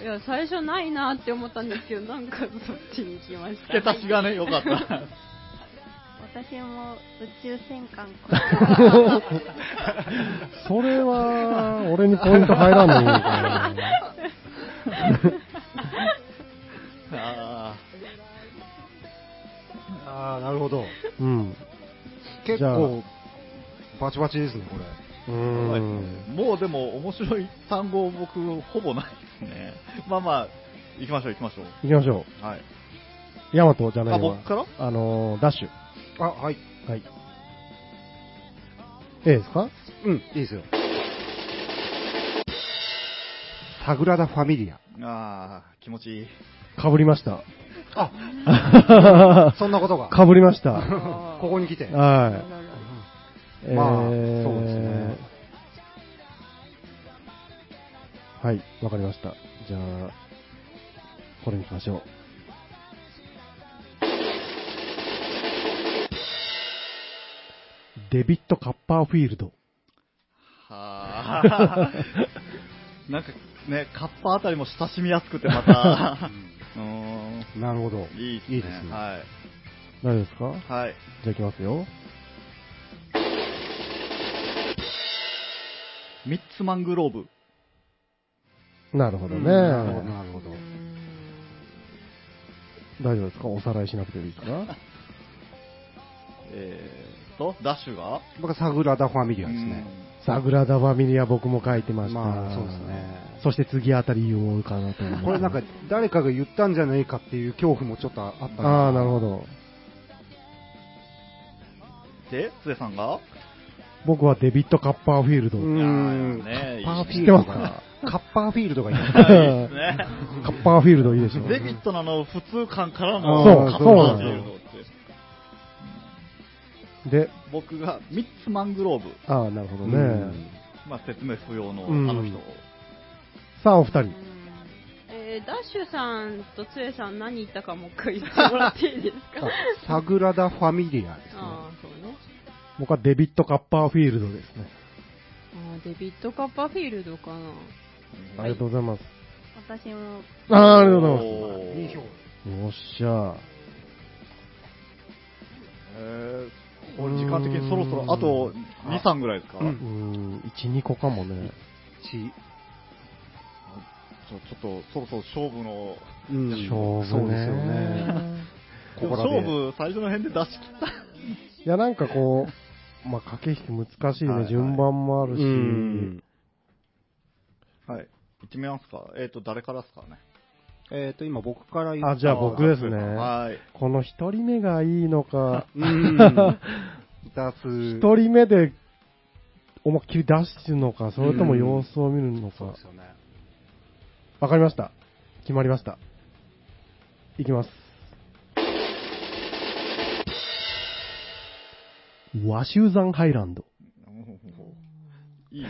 Speaker 4: いや、最初ないなって思ったんですけど、なんかそっちに行きました。
Speaker 2: 付け足しがね、よかった。
Speaker 6: 私も宇宙戦艦
Speaker 1: それは、俺にポイント入らんのいいのかな。
Speaker 2: あ
Speaker 3: ああ、なるほど。
Speaker 1: うん。
Speaker 3: 結
Speaker 1: じゃあ
Speaker 3: 構、バチバチですね、これ。
Speaker 1: う
Speaker 2: あ、
Speaker 1: ん。
Speaker 2: もうでも面白い単語僕ほぼないですね。 まあまあ、行きましょう行きましょ
Speaker 1: 行きましょ
Speaker 2: う。はい。
Speaker 1: う。ヤマトじゃない
Speaker 2: あ、
Speaker 1: わ
Speaker 2: 僕から
Speaker 1: あのー、ダッシュ。
Speaker 3: あ、はい。
Speaker 1: はい。A ですか
Speaker 3: うん、いいですよ。サグラダ・ファミリア。
Speaker 2: ああ、気持ちいい。
Speaker 1: かぶりました。
Speaker 3: あ、そんなことが。
Speaker 1: かぶりました。
Speaker 3: ここに来て。
Speaker 1: は
Speaker 6: あらら
Speaker 1: い。
Speaker 3: まあ
Speaker 1: ー
Speaker 3: そうですね
Speaker 1: はい、わかりました。じゃあ、これにしましょう。デビッド・カッパーフィールド。
Speaker 2: はあ。 なんかね、カッパあたりも親しみやすくてまた、うーん、
Speaker 3: なるほど。
Speaker 2: いいですね。
Speaker 3: いいですね
Speaker 2: は
Speaker 1: 誰ですか
Speaker 2: い。はい。
Speaker 1: じゃあいきますよ。
Speaker 2: ミッツマングローブ。
Speaker 1: なるほどね。
Speaker 3: なるほど、なるほど。
Speaker 1: 大丈夫ですかおさらいしなくていいです か
Speaker 2: えーと、ダッシュが
Speaker 3: 僕はサグラダ・ファミリアですね。
Speaker 1: サグラダ・ファミリア僕も書いてました。
Speaker 3: まあ、そうです。ね。
Speaker 1: そして次あたり言おうかなと思って
Speaker 3: これなんか、誰かが言ったんじゃないかっていう恐怖もちょっとあったんですけど
Speaker 1: ああ、なるほ。ど。
Speaker 2: うんで、つえさんが
Speaker 1: 僕はデビッド・カッパーフィールド。
Speaker 3: う
Speaker 2: いや
Speaker 3: ーん。
Speaker 2: ね
Speaker 3: カッパーフィ
Speaker 1: 知
Speaker 3: ー
Speaker 1: っ
Speaker 3: ル
Speaker 1: てま
Speaker 3: ド
Speaker 1: す
Speaker 3: が
Speaker 1: か、
Speaker 3: カッパーフィールドがいい。
Speaker 2: いいですね。
Speaker 1: カッパーフィールドいいでしょ。
Speaker 2: デビットのあの、普通感から
Speaker 1: そ
Speaker 2: の、
Speaker 1: う
Speaker 2: カッパーって
Speaker 1: そうな
Speaker 2: いう
Speaker 1: の
Speaker 2: のって。
Speaker 1: で、
Speaker 2: 僕が、ミッツマングローブ。
Speaker 1: ああ、なるほどね。
Speaker 3: うん
Speaker 2: まあ、説明不要の、
Speaker 1: うん
Speaker 2: あの人。
Speaker 1: さあ、お二人。
Speaker 4: えーダッシュさんとつえさん何言ったかもう一回言ってもらっていいですか
Speaker 3: あサグラダ・ファミリアですね。
Speaker 4: ああ、そうね。
Speaker 1: 僕はデビッド・カッパーフィールドですね。
Speaker 4: あーデビッド・カッパーフィールドかな。
Speaker 1: ありがとうございます。
Speaker 6: 私も
Speaker 1: ああ、ありがとうござい
Speaker 2: おー
Speaker 3: いい票
Speaker 1: ます。よっしゃ。
Speaker 2: えーこれ時間的にそろそろ、あと2、3ぐらいですか、
Speaker 1: うーん、1、2個かもね。
Speaker 3: ち
Speaker 2: ちょちょっと、そろそろ勝負の、
Speaker 3: うん
Speaker 1: 勝負ね。
Speaker 3: そうですよね。 ここらで
Speaker 2: 勝負、最初の辺で出し切った。
Speaker 1: いや、なんかこう、まあ、駆け引き難しいね。
Speaker 2: はいはい
Speaker 1: 順番もあ
Speaker 3: う
Speaker 1: るし。
Speaker 3: ん。
Speaker 2: はい。行ってみますか。えっ、と、誰からですかね。
Speaker 3: えっと、今僕から言
Speaker 1: あ、じゃあ僕ですね。
Speaker 2: はい。
Speaker 1: この一人目がいいのか。
Speaker 3: うん。出す。
Speaker 1: 一人目で思いっきり出すのか、それとも様子を見るのか。
Speaker 3: そう
Speaker 1: わ
Speaker 3: です、よね。
Speaker 1: かりました。決まりました。いきます。和州山ハイランド。
Speaker 2: いい。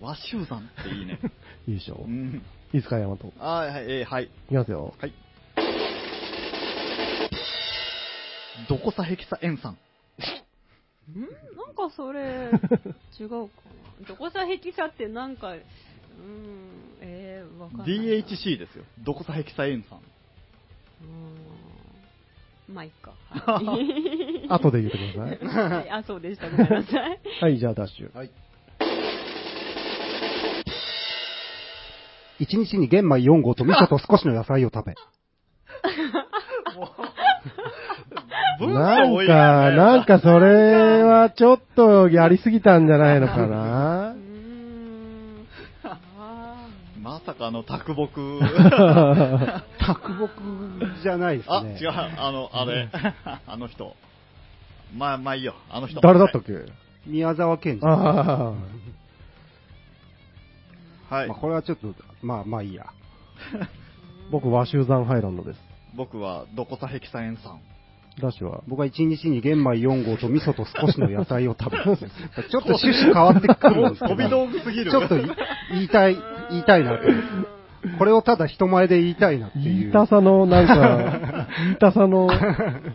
Speaker 2: 和州山っていいね。
Speaker 1: いいでしょ
Speaker 2: う。ん。
Speaker 1: いいですか、ヤマト。い
Speaker 2: あーはい、えーはい。
Speaker 1: きますよ。
Speaker 2: はい。どこさヘキサエンさん。
Speaker 4: んなんかそれ、 違うかな。どこさヘキサってなんか、うーん、えー、わかんない。
Speaker 2: DHC ですよ。どこさヘキサエンさん。
Speaker 4: うーんまあ、いい か。はい
Speaker 1: 後で言ってくだ さい。
Speaker 4: はいあ、そうでした。ごめんなさい。
Speaker 1: はい、じゃあダッシュ。
Speaker 3: はい。一日に玄米4合と味噌と少しの野菜を食べ。
Speaker 1: なんか、
Speaker 2: ん
Speaker 1: なんかそれはちょっとやりすぎたんじゃないのかな
Speaker 4: うーん。あ
Speaker 2: まさかあの、卓木。
Speaker 3: 卓木じゃないです
Speaker 2: あ、
Speaker 3: ね。
Speaker 2: 違う、あの、あれ。 あの人。まあ、まあいいよ。あの人。
Speaker 1: 誰だったっけ
Speaker 3: 宮沢賢治。
Speaker 1: ああ。
Speaker 2: はい
Speaker 3: まあ、。これはちょっと、まあまあいいや。
Speaker 1: 僕、和州山ハイランドです。
Speaker 2: 僕は、どこさヘキサエンさん。
Speaker 1: ダッシュは
Speaker 3: 僕は一日に玄米4合と味噌と少しの野菜を食 べる。ちょっと趣旨変わってくるんです
Speaker 2: 飛
Speaker 3: けど。
Speaker 2: び道具すぎる。
Speaker 3: ちょっとい言いたい、言いたいなっていう。これをただ人前で言いたいなって
Speaker 1: 飯
Speaker 3: いう。
Speaker 1: 田さんの、なん か、飯田さんの、
Speaker 4: ー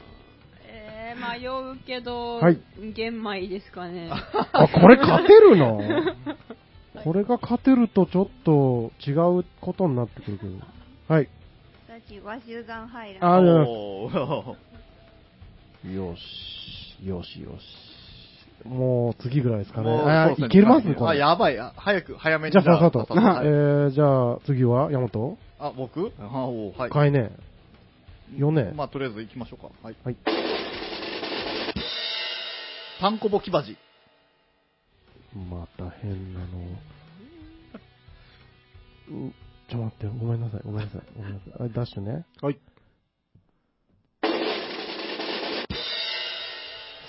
Speaker 4: えー、迷うけど、
Speaker 1: はい
Speaker 4: 玄米ですかね。
Speaker 1: あ、これ勝てるのこれが勝てるとちょっと違うことになってくるけど。はい。
Speaker 6: 私和集山入ら
Speaker 1: あ
Speaker 2: お
Speaker 1: ー
Speaker 2: ー
Speaker 1: よし、よしよし。もう次ぐらいですかね。
Speaker 2: もう
Speaker 1: あ
Speaker 2: そうですね
Speaker 1: いけますね、こ
Speaker 2: あ、
Speaker 1: れ。
Speaker 2: やばい。あ早く、早めに。
Speaker 1: じゃあ、さっさと。え
Speaker 2: あさはい
Speaker 1: ー、じゃあ、次は、山本
Speaker 2: あ、僕あ、おうはい。
Speaker 1: かいね。4年。
Speaker 2: まあ、とりあえず行きましょうか。はい。
Speaker 1: はい。
Speaker 2: タンコボキバジ。
Speaker 1: また変なの。うんちょ、待って、ごめんなさい、ごめんなさい、ごめんなさい。あダッシュね。
Speaker 3: はい。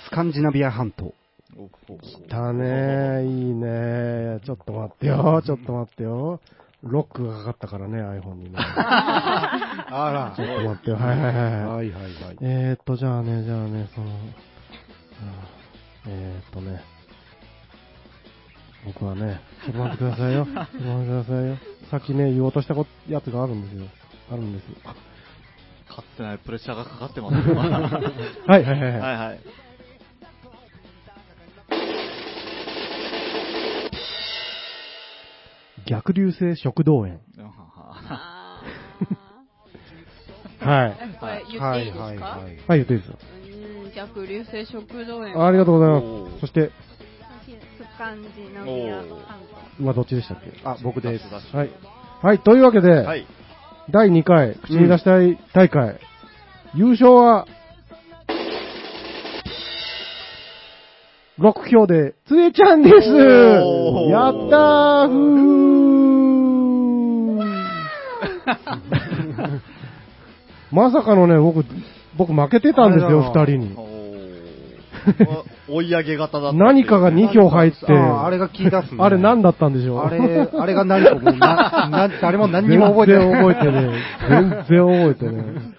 Speaker 3: スカンジナビア半島。
Speaker 1: 来たねいいねちょっと待ってよ、ちょっと待ってよ。ロックがかかったからね、iPhone にね。
Speaker 3: あ
Speaker 1: ちょっと待ってよ、はいはいはい。はい
Speaker 3: はいはい。
Speaker 1: えー、っと、じゃあね、じゃあね、その、うんえー、っとね、僕はね、ちょっと待ってくださいよ、ちょっと待ってくださいよ。さっきね、言おうとしたこやつがあるんですよ。あるんですよ。
Speaker 2: かつてないプレッシャーがかかってま すね。は
Speaker 1: はいはいはい
Speaker 2: い
Speaker 1: はい。
Speaker 2: はい。
Speaker 1: 逆流性食道炎。
Speaker 4: あ
Speaker 1: はい。
Speaker 4: ーこれ言っていいですか、
Speaker 3: い。
Speaker 1: はい、言っていいですよ。
Speaker 4: うん逆流性食道炎
Speaker 1: ありがとうござい
Speaker 2: お
Speaker 1: ます。
Speaker 2: ー
Speaker 1: そして、
Speaker 6: スカンジナビア半島。
Speaker 1: 今どっちでしたっけ
Speaker 3: あ、僕です。
Speaker 1: はい。はい、というわけで、
Speaker 2: はい。
Speaker 1: 第2回、口に出したい大会、優勝は、6票で、つえちゃんです
Speaker 2: おー
Speaker 1: やったーふ ーまさかのね、僕、僕負けてたんですよ、
Speaker 3: あれ
Speaker 1: 2
Speaker 3: だ
Speaker 1: 人に
Speaker 2: お。ー 追い上げ型だった。
Speaker 1: 何かが2票入って、
Speaker 3: ああれが聞いたっすね。
Speaker 1: あれ何だったんでしょう
Speaker 3: あれ、あれが何かもう な、な、誰も何にも覚えてない。
Speaker 1: 全然覚えてねえ。全然覚えてね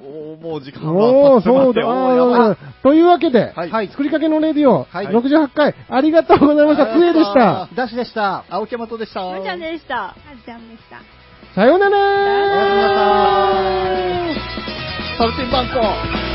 Speaker 2: おーもう時
Speaker 1: え。
Speaker 2: 間
Speaker 1: お
Speaker 2: が
Speaker 1: ー、そうだ。あーというわけで、
Speaker 2: はい
Speaker 1: はい作りかけのレディオ、
Speaker 3: はい
Speaker 1: 68回、ありがとうございました。つえでした。
Speaker 3: ダッシュでした。
Speaker 2: 青木山とでした。
Speaker 4: むちゃんでした
Speaker 6: あじゃんでした。
Speaker 1: さようなら
Speaker 4: さようなら
Speaker 2: サルティンバンコ